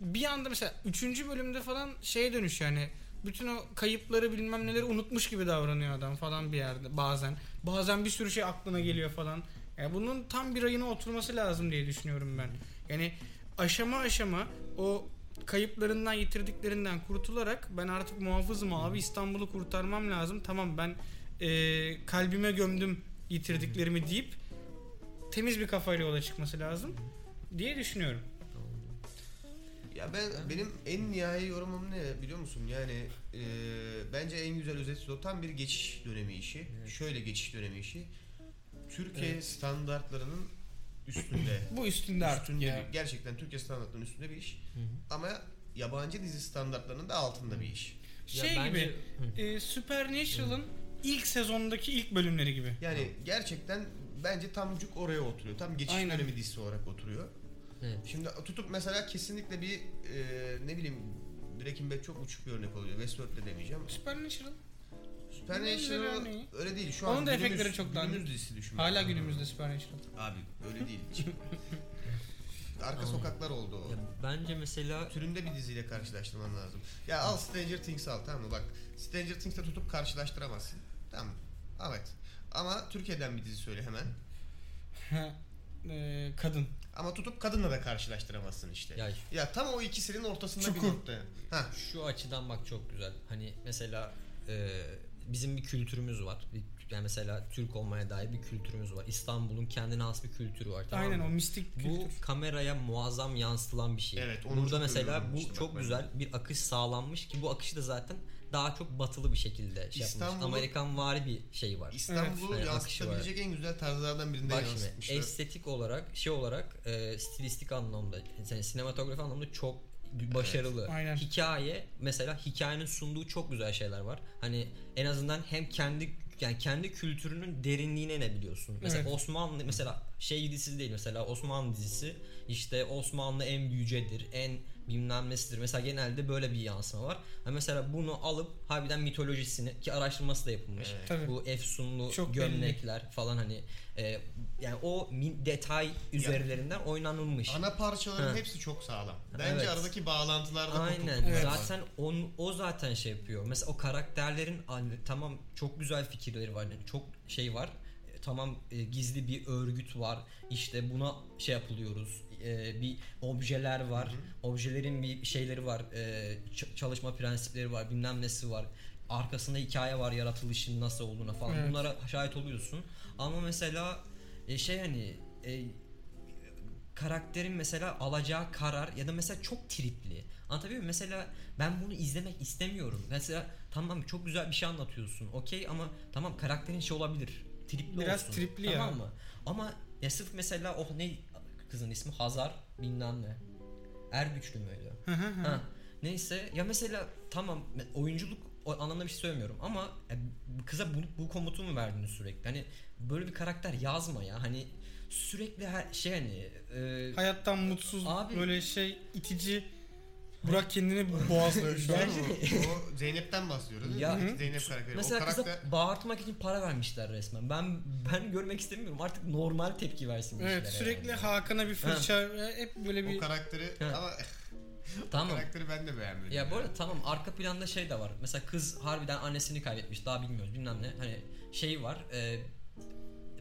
Speaker 4: bir anda mesela 3. bölümde falan şeye dönüş yani bütün o kayıpları bilmem neleri unutmuş gibi davranıyor adam falan bir yerde bazen. Bazen bir sürü şey aklına geliyor falan. Yani bunun tam bir ayına oturması lazım diye düşünüyorum ben. Yani aşama aşama o kayıplarından yitirdiklerinden kurtularak ben artık muhafızım abi İstanbul'u kurtarmam lazım. Tamam ben eee, kalbime gömdüm yitirdiklerimi deyip temiz bir kafayla yola çıkması lazım diye düşünüyorum.
Speaker 1: Ya ben benim en nihai yorumum ne biliyor musun? Yani e, bence en güzel özeti o tam bir geçiş dönemi işi.
Speaker 5: Evet.
Speaker 1: Şöyle geçiş dönemi işi. Türkiye
Speaker 5: Evet.
Speaker 1: standartlarının üstünde.
Speaker 4: Bu üstünde artık
Speaker 1: üstünde
Speaker 4: ya.
Speaker 1: bir- gerçekten Türkiye standartlarının üstünde bir iş.
Speaker 5: Hı hı.
Speaker 1: Ama yabancı dizi standartlarının da altında bir iş.
Speaker 4: Şey
Speaker 5: Ya bence-
Speaker 4: gibi e, Supernatural'ın ilk sezondaki ilk bölümleri gibi.
Speaker 1: Yani gerçekten bence tamcuk oraya oturuyor. Tam geçiş
Speaker 4: Aynen.
Speaker 1: dönemi dizisi olarak oturuyor.
Speaker 5: Evet.
Speaker 1: Şimdi tutup mesela kesinlikle bir e, ne bileyim Breaking Bad çok uçuk bir örnek oluyor. Westworld'de demeyeceğim.
Speaker 4: Supernatural Bunun
Speaker 1: Supernatural
Speaker 4: üzerine-
Speaker 1: öyle değil şu
Speaker 4: Onun
Speaker 1: an.
Speaker 4: da efektleri çok daha-
Speaker 1: Günümüz dizisi düşün.
Speaker 4: hala günümüzde Supernatural.
Speaker 1: Abi öyle değil. Arka
Speaker 5: Ama-
Speaker 1: sokaklar oldu o.
Speaker 5: Ya bence mesela
Speaker 1: Türünde bir diziyle karşılaştırman lazım. Ya al Stranger Things al tamam mı? Bak Stranger Things'te tutup karşılaştıramazsın. Tamam mı? Evet. Ama Türkiye'den bir dizi söyle hemen.
Speaker 4: Ha, e, kadın.
Speaker 1: Ama tutup kadınla da karşılaştıramazsın işte. Ya,
Speaker 5: ya
Speaker 1: tam o ikisinin ortasında bir
Speaker 4: Çukur.
Speaker 1: nokta. Ha.
Speaker 5: şu açıdan bak çok güzel. Hani mesela e, bizim bir kültürümüz var. Bir- Yani mesela Türk olmaya dair bir kültürümüz var. İstanbul'un kendine has bir kültürü var. Tamam
Speaker 4: Aynen
Speaker 5: mı?
Speaker 4: o mistik
Speaker 5: Bu
Speaker 4: kültür.
Speaker 5: kameraya muazzam yansıtılan bir şey.
Speaker 1: Evet, onu
Speaker 5: Burada
Speaker 1: çok
Speaker 5: mesela
Speaker 1: övüyorum
Speaker 5: bu
Speaker 1: işte bak
Speaker 5: çok
Speaker 1: ben.
Speaker 5: güzel bir akış sağlanmış ki bu akışı da zaten daha çok batılı bir şekilde şey yapmış.
Speaker 1: İstanbul'un-
Speaker 5: Amerikan vari bir şey var.
Speaker 1: İstanbul'u
Speaker 5: Evet.
Speaker 1: yansıtabilecek en güzel tarzlardan birinde
Speaker 5: Bak şimdi
Speaker 1: yansıtmışlar.
Speaker 5: estetik olarak şey olarak e, stilistik anlamda yani sinematografi anlamda çok başarılı.
Speaker 4: Aynen.
Speaker 5: Hikaye mesela hikayenin sunduğu çok güzel şeyler var. Hani en azından hem kendi yani kendi kültürünün derinliğine inebiliyorsun. Mesela
Speaker 4: Evet.
Speaker 5: Osmanlı mesela şey dizisi değil mesela Osmanlı dizisi işte Osmanlı en büyücedir, en bilmem nesidir. Mesela genelde böyle bir yansıma var. Ha mesela bunu alıp harbiden mitolojisini ki araştırması da yapılmış.
Speaker 1: Evet.
Speaker 4: Tabii.
Speaker 5: Bu efsunlu
Speaker 4: Çok
Speaker 5: gömlekler falan hani e, yani o min- detay üzerlerinden oynanılmış.
Speaker 1: Ana parçaların
Speaker 5: Ha.
Speaker 1: hepsi çok sağlam. Bence
Speaker 5: Evet.
Speaker 1: aradaki bağlantılarda
Speaker 5: Aynen.
Speaker 1: kopukluk
Speaker 4: Evet.
Speaker 1: şey var.
Speaker 5: Zaten on, o zaten şey yapıyor. Mesela o karakterlerin hani tamam çok güzel fikirleri var. Yani çok şey var. E, Tamam e, gizli bir örgüt var. İşte buna şey yapılıyoruz. E, bir objeler var. Objelerin bir şeyleri var. E, ç- çalışma prensipleri var. Bilmem nesi var. Arkasında hikaye var yaratılışın nasıl olduğuna falan.
Speaker 4: Evet.
Speaker 5: Bunlara şahit oluyorsun. Ama mesela e, şey hani e, karakterin mesela alacağı karar ya da mesela çok tripli. Anlatabiliyor muyum? Mesela ben bunu izlemek istemiyorum. Mesela tamam çok güzel bir şey anlatıyorsun. Okey ama tamam karakterin şey olabilir. Tripli
Speaker 4: Biraz
Speaker 5: olsun.
Speaker 4: tripli ya.
Speaker 5: tamam mı? Ama ya sırf mesela o ne kızın ismi Hazar bilmem ne. Ergüçlü müydü?
Speaker 4: Hı hı hı.
Speaker 5: Ha. Neyse ya mesela tamam oyunculuk o anlamda bir şey söylemiyorum ama e, kıza bu, bu komutu mu verdiniz sürekli? Hani böyle bir karakter yazma ya. Hani sürekli her şey hani e,
Speaker 4: Hayattan mutsuz
Speaker 5: Abi-
Speaker 4: böyle şey itici Burak kendini boğazlıyor şu an.
Speaker 1: Doğru mu? o Zeynep'ten bahsediyoruz. değil mi?
Speaker 5: Ya-
Speaker 1: Hı. Zeynep karakteri.
Speaker 5: mesela
Speaker 1: o karakter
Speaker 5: kıza bağırtmak için para vermişler resmen. Ben ben görmek istemiyorum. Artık normal tepki versin bir
Speaker 4: Evet
Speaker 5: şeylere
Speaker 4: sürekli
Speaker 5: yani.
Speaker 4: Hakan'a bir fırça ve hep böyle
Speaker 1: o
Speaker 4: bir
Speaker 1: karakteri
Speaker 5: Ha.
Speaker 1: ama
Speaker 5: Tamam.
Speaker 1: karakteri ben de beğenmedim.
Speaker 5: Ya bu arada tamam arka planda şey de var. Mesela kız harbiden annesini kaybetmiş. Daha bilmiyoruz bilmem ne. Hani şey var. e,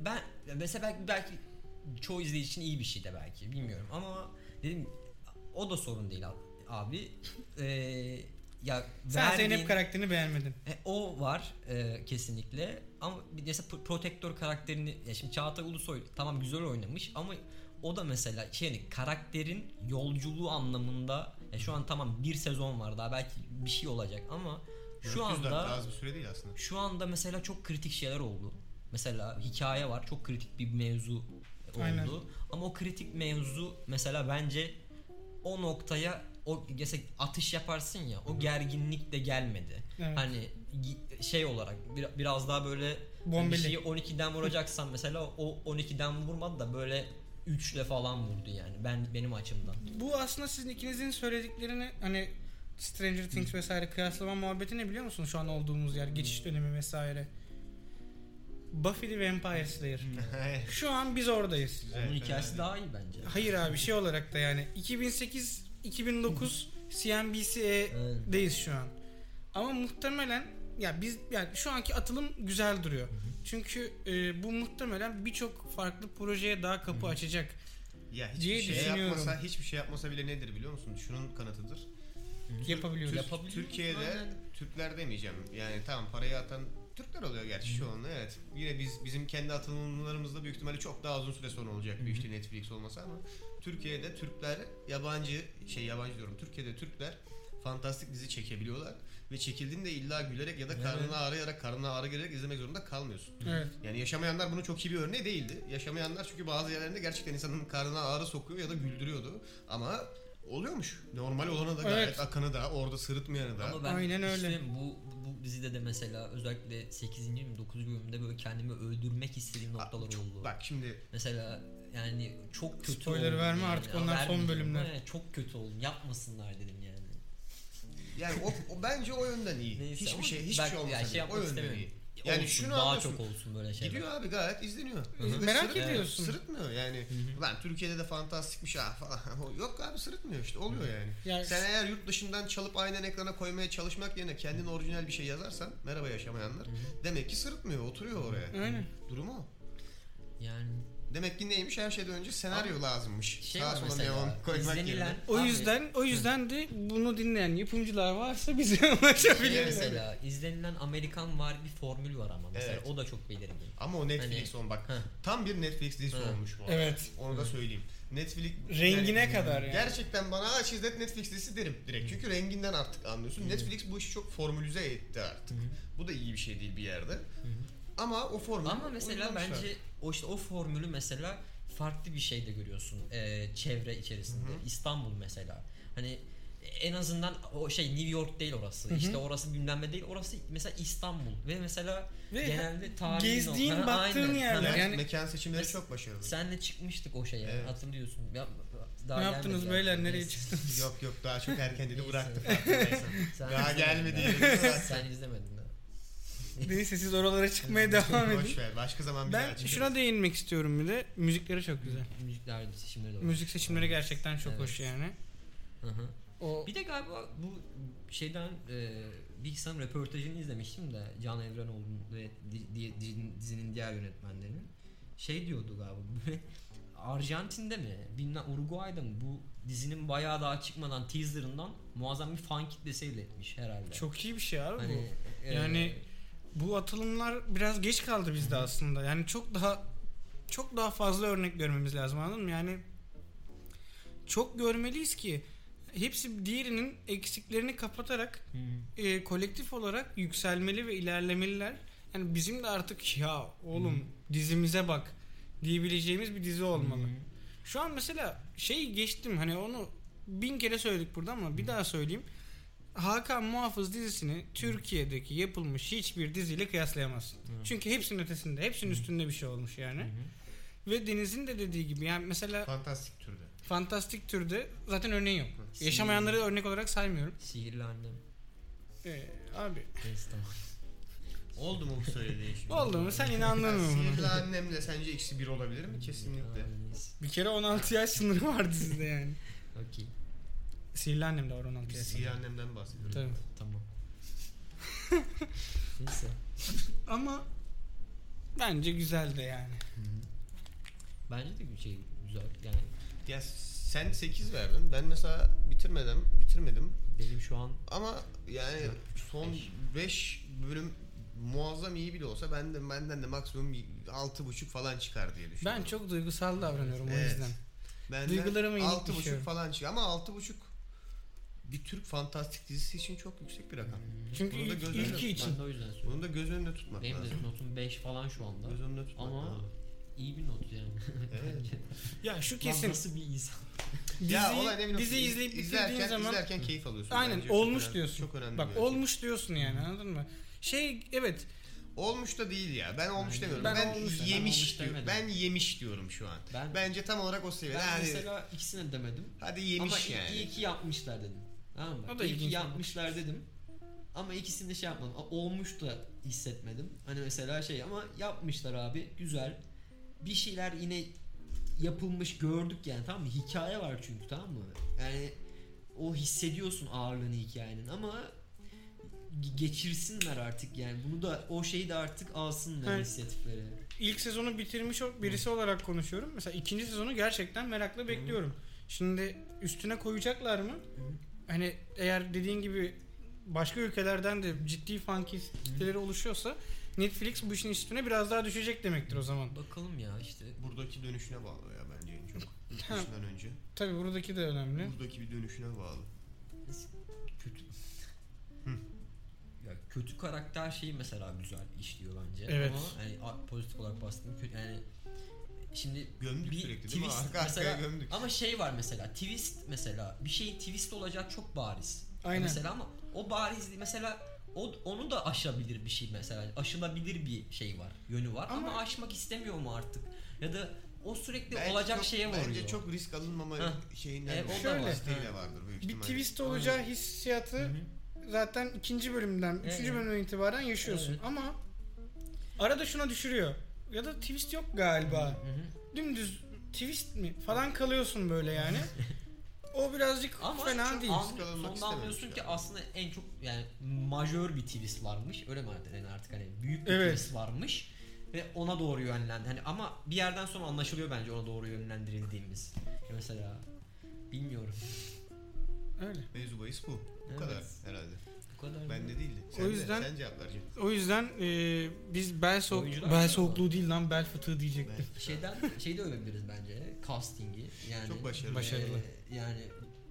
Speaker 5: ben mesela belki, belki çoğu izleyici için iyi bir şey de belki bilmiyorum ama dedim o da sorun değil ab- abi. E, ya
Speaker 4: sen
Speaker 5: verdiğin-
Speaker 4: Zeynep karakterini beğenmedin.
Speaker 5: E, o var e, kesinlikle. Ama bir- mesela pro- protektör karakterini ya şimdi Çağatay Ulusoy tamam güzel oynamış ama o da mesela şey yani karakterin yolculuğu anlamında ya şu an tamam bir sezon var daha belki bir şey olacak ama şu anda
Speaker 1: az bir süre değil aslında.
Speaker 5: şu anda mesela çok kritik şeyler oldu. Mesela hikaye var. Çok kritik bir mevzu oldu.
Speaker 4: Aynen.
Speaker 5: Ama o kritik mevzu mesela bence o noktaya o mesela atış yaparsın ya o gerginlik de gelmedi.
Speaker 4: Evet.
Speaker 5: Hani gi- şey olarak bir- biraz daha böyle
Speaker 4: Bombeli.
Speaker 5: bir şeyi 12'den vuracaksan mesela o 12'den vurmadı da böyle 3'le falan vurdu yani. Ben benim açımdan.
Speaker 4: Bu aslında sizin ikinizin söylediklerini hani Stranger Things vesaire kıyaslama muhabbeti ne biliyor musun şu an olduğumuz yer geçiş dönemi vesaire. Buffy the Vampire Slayer. Şu an biz oradayız.
Speaker 1: Evet,
Speaker 5: Onun hikayesi
Speaker 1: önemli.
Speaker 5: daha iyi bence.
Speaker 4: Hayır abi şey olarak da yani 2008 2009 CNBC'deyiz şu an. Ama muhtemelen ya biz yani şu anki atılım güzel duruyor. Çünkü e, bu muhtemelen birçok farklı projeye daha kapı açacak.
Speaker 1: Ya hiçbir
Speaker 4: diye
Speaker 1: şey
Speaker 4: düşünüyorum.
Speaker 1: yapmasa, hiçbir şey yapmasa bile nedir biliyor musun? Şunun kanıtıdır.
Speaker 4: Yapabiliyoruz.
Speaker 1: Türk-
Speaker 5: Yapabiliyor
Speaker 1: Türkiye'de
Speaker 5: aynen.
Speaker 1: Türkler demeyeceğim. Yani tamam parayı atan Türkler oluyor gerçi çoğunluğu evet. Yine biz bizim kendi atılımlarımızda büyük ihtimalle çok daha uzun süre sonra olacak bir işte Netflix olmasa ama Türkiye'de Türkler yabancı şey yabancı diyorum. Türkiye'de Türkler fantastik dizi çekebiliyorlar ve çekildiğinde illa gülerek ya da karnına ağrıyarak karnına ağrı gelerek izlemek zorunda kalmıyorsun.
Speaker 4: Evet.
Speaker 1: Yani yaşamayanlar bunu çok iyi bir örneği değildi. Yaşamayanlar çünkü bazı yerlerinde gerçekten insanın karnına ağrı sokuyor ya da güldürüyordu. Ama oluyormuş. Normal olana da gayet
Speaker 4: Evet.
Speaker 1: akanı da orada sırıtmayanı da.
Speaker 5: Ama ben
Speaker 4: Aynen
Speaker 5: işte
Speaker 4: öyle.
Speaker 5: bu, bu dizide de mesela özellikle 8. 9. bölümde böyle kendimi öldürmek istediğim
Speaker 1: Bak,
Speaker 5: noktalar
Speaker 1: çok-
Speaker 5: oldu.
Speaker 1: Bak şimdi
Speaker 5: Mesela yani çok kötü
Speaker 4: Spoiler
Speaker 5: oldum
Speaker 4: verme
Speaker 5: yani.
Speaker 4: artık,
Speaker 5: Ama
Speaker 4: onlar son
Speaker 5: vermeyeceğim
Speaker 4: bölümler.
Speaker 5: ama yani çok kötü oldum. Yapmasınlar dedim yani.
Speaker 1: yani o, o bence o yönden iyi.
Speaker 5: Neyse
Speaker 1: hiçbir
Speaker 5: ama
Speaker 1: şey hiçbir
Speaker 5: bak-
Speaker 1: şey olmasa bile
Speaker 5: yani
Speaker 1: o
Speaker 5: yapmak
Speaker 1: yönden
Speaker 5: istemiyorum. Şey
Speaker 1: iyi. Yani
Speaker 5: olsun,
Speaker 1: şunu
Speaker 5: daha
Speaker 1: anlıyorsun.
Speaker 5: çok olsun böyle şeyler.
Speaker 1: Gidiyor abi gayet izleniyor.
Speaker 4: hı.
Speaker 1: Ve
Speaker 4: Merak
Speaker 1: sırıtmıyor.
Speaker 4: ediyorsun.
Speaker 1: Sırıtmıyor yani. Lan Türkiye'de de fantastikmiş ha falan. Yok abi sırıtmıyor işte oluyor yani.
Speaker 4: Yani-
Speaker 1: Sen eğer yurt dışından çalıp aynen ekrana koymaya çalışmak yerine kendin orijinal bir şey yazarsan merhaba yaşamayanlar. Demek ki sırıtmıyor oturuyor oraya.
Speaker 4: Aynen.
Speaker 1: Durumu o.
Speaker 5: Yani
Speaker 1: Demek ki neymiş her şeyden önce senaryo lazımmış.
Speaker 5: şey
Speaker 1: Sağa
Speaker 5: var
Speaker 1: sola
Speaker 5: mesela.
Speaker 1: neon koymak yerine.
Speaker 5: izlenilen
Speaker 4: O
Speaker 5: abi,
Speaker 4: yüzden o yüzden de bunu dinleyen yapımcılar varsa bize ulaşabilir.
Speaker 1: Evet.
Speaker 5: şey mesela izlenilen Amerikan var bir formül var ama mesela
Speaker 1: Evet.
Speaker 5: o da çok belirgin.
Speaker 1: Ama o Netflix on bak.
Speaker 5: Heh.
Speaker 1: Tam bir Netflix dizisi
Speaker 5: Hı.
Speaker 1: olmuş bu. arada.
Speaker 4: Evet.
Speaker 1: Onu da söyleyeyim. Netflix
Speaker 4: Rengine
Speaker 1: yani-
Speaker 4: kadar yani.
Speaker 1: Gerçekten bana aç izlet Netflix dizisi derim direkt. Çünkü renginden artık anlıyorsun. Netflix bu işi çok formülize etti artık. Bu da iyi bir şey değil bir yerde. Ama o formül şey.
Speaker 5: Ama mesela
Speaker 1: uygulamışlar.
Speaker 5: bence o işte o formülü mesela farklı bir şey de görüyorsun e, çevre içerisinde. İstanbul mesela. Hani en azından o şey New York değil orası. İşte orası bilmem ne değil. Orası mesela İstanbul ve mesela
Speaker 4: Ve
Speaker 5: genelde tarihi
Speaker 4: gezdiğin, baktığın yerler.
Speaker 1: Evet,
Speaker 4: yani-
Speaker 1: mekan seçimleri
Speaker 5: Mes-
Speaker 1: çok başarılı.
Speaker 5: Hani Senle çıkmıştık o şeye.
Speaker 1: Evet.
Speaker 5: Hatırlıyorsun. Ya,
Speaker 4: Ne yaptınız
Speaker 5: gelmedi
Speaker 4: beyler?
Speaker 5: yani.
Speaker 4: Nereye
Speaker 5: Neyse.
Speaker 4: çıktınız?
Speaker 1: Yok yok daha çok erken
Speaker 5: Neyse.
Speaker 1: bıraktım.
Speaker 5: Sen
Speaker 1: Daha
Speaker 5: izlemedin
Speaker 1: gelmedi
Speaker 5: ya.
Speaker 1: yerimiz bıraktı.
Speaker 5: Sen izlemedin. ha.
Speaker 4: Neyse siz oralara çıkmaya devam edin.
Speaker 1: Boş ver başka zaman bir
Speaker 4: Ben
Speaker 1: daha çıkarız.
Speaker 4: şuna değinmek istiyorum bir de. Müzikleri çok güzel.
Speaker 5: Müzikler seçimleri de var.
Speaker 4: Müzik seçimleri gerçekten çok
Speaker 5: Evet.
Speaker 4: hoş yani.
Speaker 5: Hı hı.
Speaker 4: O
Speaker 5: Bir de galiba bu şeyden e, bir insan röportajını izlemiştim de Can Evrenoğlu'nun ve di- di- di- dizinin diğer yönetmenlerinin şey diyordu galiba böyle Arjantin'de mi bilmem Uruguay'da mı bu dizinin bayağı daha çıkmadan teaserından muazzam bir fan kitlesi elde etmiş herhalde.
Speaker 4: çok iyi bir şey abi bu.
Speaker 5: Hani, e,
Speaker 4: Yani Bu atılımlar biraz geç kaldı bizde aslında. Yani çok daha çok daha fazla örnek görmemiz lazım anladın mı? Yani çok görmeliyiz ki hepsi diğerinin eksiklerini kapatarak
Speaker 5: hı.
Speaker 4: e, kolektif olarak yükselmeli ve ilerlemeliler. Yani bizim de artık ya oğlum dizimize bak diyebileceğimiz bir dizi olmalı. Şu an mesela şey geçtim hani onu bin kere söyledik burada ama bir daha söyleyeyim. Hakan Muhafız dizisini Türkiye'deki yapılmış hiçbir diziyle kıyaslayamazsın. Çünkü hepsinin ötesinde, hepsinin üstünde bir şey olmuş yani. Ve Deniz'in de dediği gibi yani mesela
Speaker 1: Fantastik türde.
Speaker 4: fantastik türde zaten örneği yok. Yaşamayanları örnek olarak saymıyorum.
Speaker 5: sihirli annem.
Speaker 4: Ee, abi
Speaker 5: Neyse tamam.
Speaker 1: Oldu mu bu söylediğin şimdi?
Speaker 4: oldu mu sen inandın mı buna?
Speaker 1: Sihirli annemle sence eksi bir olabilir mi? Kesinlikle.
Speaker 5: Aa, neyse.
Speaker 4: Bir kere 16 yaş sınırı vardı sizde yani.
Speaker 5: Okey.
Speaker 4: Sihirli annem de var 16 yaş.
Speaker 1: Biz sihirli annemden bahsediyoruz.
Speaker 4: Tabii.
Speaker 5: Tamam. Neyse.
Speaker 4: Ama bence güzel de yani.
Speaker 5: Bence de bir şey güzel. Yani
Speaker 1: Ya sen 8 verdin. Ben mesela bitirmedim, bitirmedim.
Speaker 5: benim şu an
Speaker 1: Ama yani son
Speaker 5: Beş.
Speaker 1: 5 bölüm muazzam iyi bile olsa ben de benden de maksimum 6.5 falan çıkar diye düşünüyorum.
Speaker 4: Ben çok duygusal davranıyorum o
Speaker 1: Evet.
Speaker 4: yüzden.
Speaker 1: Benden
Speaker 4: duygularıma yenik
Speaker 1: 6.5
Speaker 4: düşüyorum.
Speaker 1: falan çıkıyor ama 6.5 bir Türk fantastik dizisi için çok yüksek bir rakam.
Speaker 4: Çünkü
Speaker 1: Bunu da
Speaker 4: ilk,
Speaker 1: göz önünde
Speaker 4: ilki için.
Speaker 5: ben de o yüzden söylüyorum.
Speaker 1: Bunu da göz önünde tutmak
Speaker 5: Benim
Speaker 1: lazım.
Speaker 5: de notum 5 falan şu anda.
Speaker 1: Göz önünde tutmak
Speaker 5: Ama-
Speaker 1: lazım.
Speaker 5: İyi bir not yani.
Speaker 1: Evet.
Speaker 4: Ya şu
Speaker 5: Kesin.
Speaker 4: kesin.
Speaker 5: Nasıl bir insan?
Speaker 4: Dizi,
Speaker 1: ya olay ne bileyim,
Speaker 4: dizi
Speaker 1: iz-
Speaker 4: izleyip bitirdiğin
Speaker 1: izlerken,
Speaker 4: zaman
Speaker 1: izlerken keyif alıyorsun.
Speaker 4: aynen
Speaker 1: Bence çok
Speaker 4: olmuş
Speaker 1: önemli-
Speaker 4: diyorsun.
Speaker 1: Çok önemli.
Speaker 4: Bak
Speaker 1: bir ölçü.
Speaker 4: olmuş diyorsun yani anladın mı? Şey evet
Speaker 1: Olmuş da değil ya. Ben olmuş
Speaker 5: Aynen.
Speaker 1: demiyorum.
Speaker 4: Ben
Speaker 1: Ben,
Speaker 4: olmuş-
Speaker 5: ben olmuş
Speaker 1: yemiş diyorum.
Speaker 5: demedim.
Speaker 1: Ben yemiş diyorum şu an.
Speaker 5: Ben-
Speaker 1: Bence tam olarak o seviyede.
Speaker 5: Ben
Speaker 1: Hadi,
Speaker 5: mesela ikisine demedim.
Speaker 1: hadi yemiş
Speaker 5: Ama
Speaker 1: yani.
Speaker 5: iyi, iyi ki yapmışlar dedim. Tamam mı?
Speaker 4: O da
Speaker 5: iyi ki
Speaker 4: ilginç.
Speaker 5: yapmışlar dedim. Ama ikisini de şey yapmadım. A- Olmuş da hissetmedim. Hani mesela şey ama yapmışlar abi güzel. Bir şeyler yine yapılmış gördük yani tamam mı? Hikaye var çünkü tamam mı? Yani o hissediyorsun ağırlığını hikayenin ama ge- geçirsinler artık yani. Bunu da o şeyi de artık alsınlar
Speaker 4: Evet.
Speaker 5: inisiyatifleri.
Speaker 4: İlk sezonu bitirmiş o- birisi olarak konuşuyorum. Mesela ikinci sezonu gerçekten merakla bekliyorum. Şimdi üstüne koyacaklar mı? Hani eğer dediğin gibi başka ülkelerden de ciddi fan kitleleri oluşuyorsa Netflix bu işin üstüne biraz daha düşecek demektir o zaman.
Speaker 5: Bakalım ya işte.
Speaker 1: Buradaki dönüşüne bağlı ya bence en çok. Yurt
Speaker 4: Ha.
Speaker 1: dışından önce.
Speaker 4: Tabii buradaki de önemli.
Speaker 1: Buradaki bir dönüşüne bağlı.
Speaker 5: Kötü. ya kötü karakter şeyi mesela güzel işliyor bence.
Speaker 4: Evet.
Speaker 5: Ama hani a- pozitif olarak bastım. Kö- Yani şimdi
Speaker 1: Gömdük
Speaker 5: bir
Speaker 1: sürekli değil mi?
Speaker 5: twist
Speaker 1: Arka arkaya
Speaker 5: mesela
Speaker 1: gömdük.
Speaker 5: ama şey var mesela twist mesela bir şeyin twist olacak çok bariz.
Speaker 4: Aynen.
Speaker 5: Mesela ama o bariz mesela o, onu da aşabilir bir şey mesela. Aşılabilir bir şey var, yönü var ama,
Speaker 4: Ama-
Speaker 5: aşmak istemiyor mu artık? Ya da o sürekli
Speaker 1: Bence
Speaker 5: olacak
Speaker 1: çok-
Speaker 5: şeye vuruyor.
Speaker 1: Bence çok risk alınmama
Speaker 5: Heh.
Speaker 1: şeyinden
Speaker 5: E, o da
Speaker 4: Şöyle. var.
Speaker 1: isteğiyle
Speaker 5: Ha.
Speaker 1: vardır büyük
Speaker 4: Bir
Speaker 1: ihtimalle.
Speaker 4: twist olacağı hissiyatı zaten ikinci bölümden, üçüncü
Speaker 5: Evet.
Speaker 4: bölümden itibaren yaşıyorsun.
Speaker 5: Evet.
Speaker 4: Ama arada şuna düşürüyor. Ya da twist yok galiba. Dümdüz twist mi falan kalıyorsun böyle yani. o birazcık
Speaker 5: Ama
Speaker 4: fena
Speaker 5: çok
Speaker 4: değil.
Speaker 5: an-
Speaker 1: Sıralanmak
Speaker 5: sonunda
Speaker 1: istememiş
Speaker 5: anlıyorsun ki
Speaker 1: yani.
Speaker 5: aslında en çok yani majör bir twist varmış. Öyle mi artık yani artık hani büyük bir
Speaker 4: Evet.
Speaker 5: twist varmış ve ona doğru yönlendi. Hani ama bir yerden sonra anlaşılıyor bence ona doğru yönlendirildiğimiz. Ya mesela bilmiyorum.
Speaker 4: Öyle.
Speaker 1: Mevzu bahis bu. Bu
Speaker 5: Evet.
Speaker 1: kadar herhalde.
Speaker 5: Bu kadar.
Speaker 1: Bende değildi. Sen
Speaker 4: yüzden-
Speaker 1: de, sen cevap ver Cem.
Speaker 4: O yüzden e, biz bel, soğuk,
Speaker 5: Oyuncular
Speaker 4: bel
Speaker 5: mı?
Speaker 4: soğukluğu değil lan bel fıtığı diyecektim.
Speaker 1: Ben-
Speaker 5: şeyden şey de övebiliriz bence castingi. Yani
Speaker 1: Çok başarılı.
Speaker 4: Başarılı.
Speaker 5: Ee, yani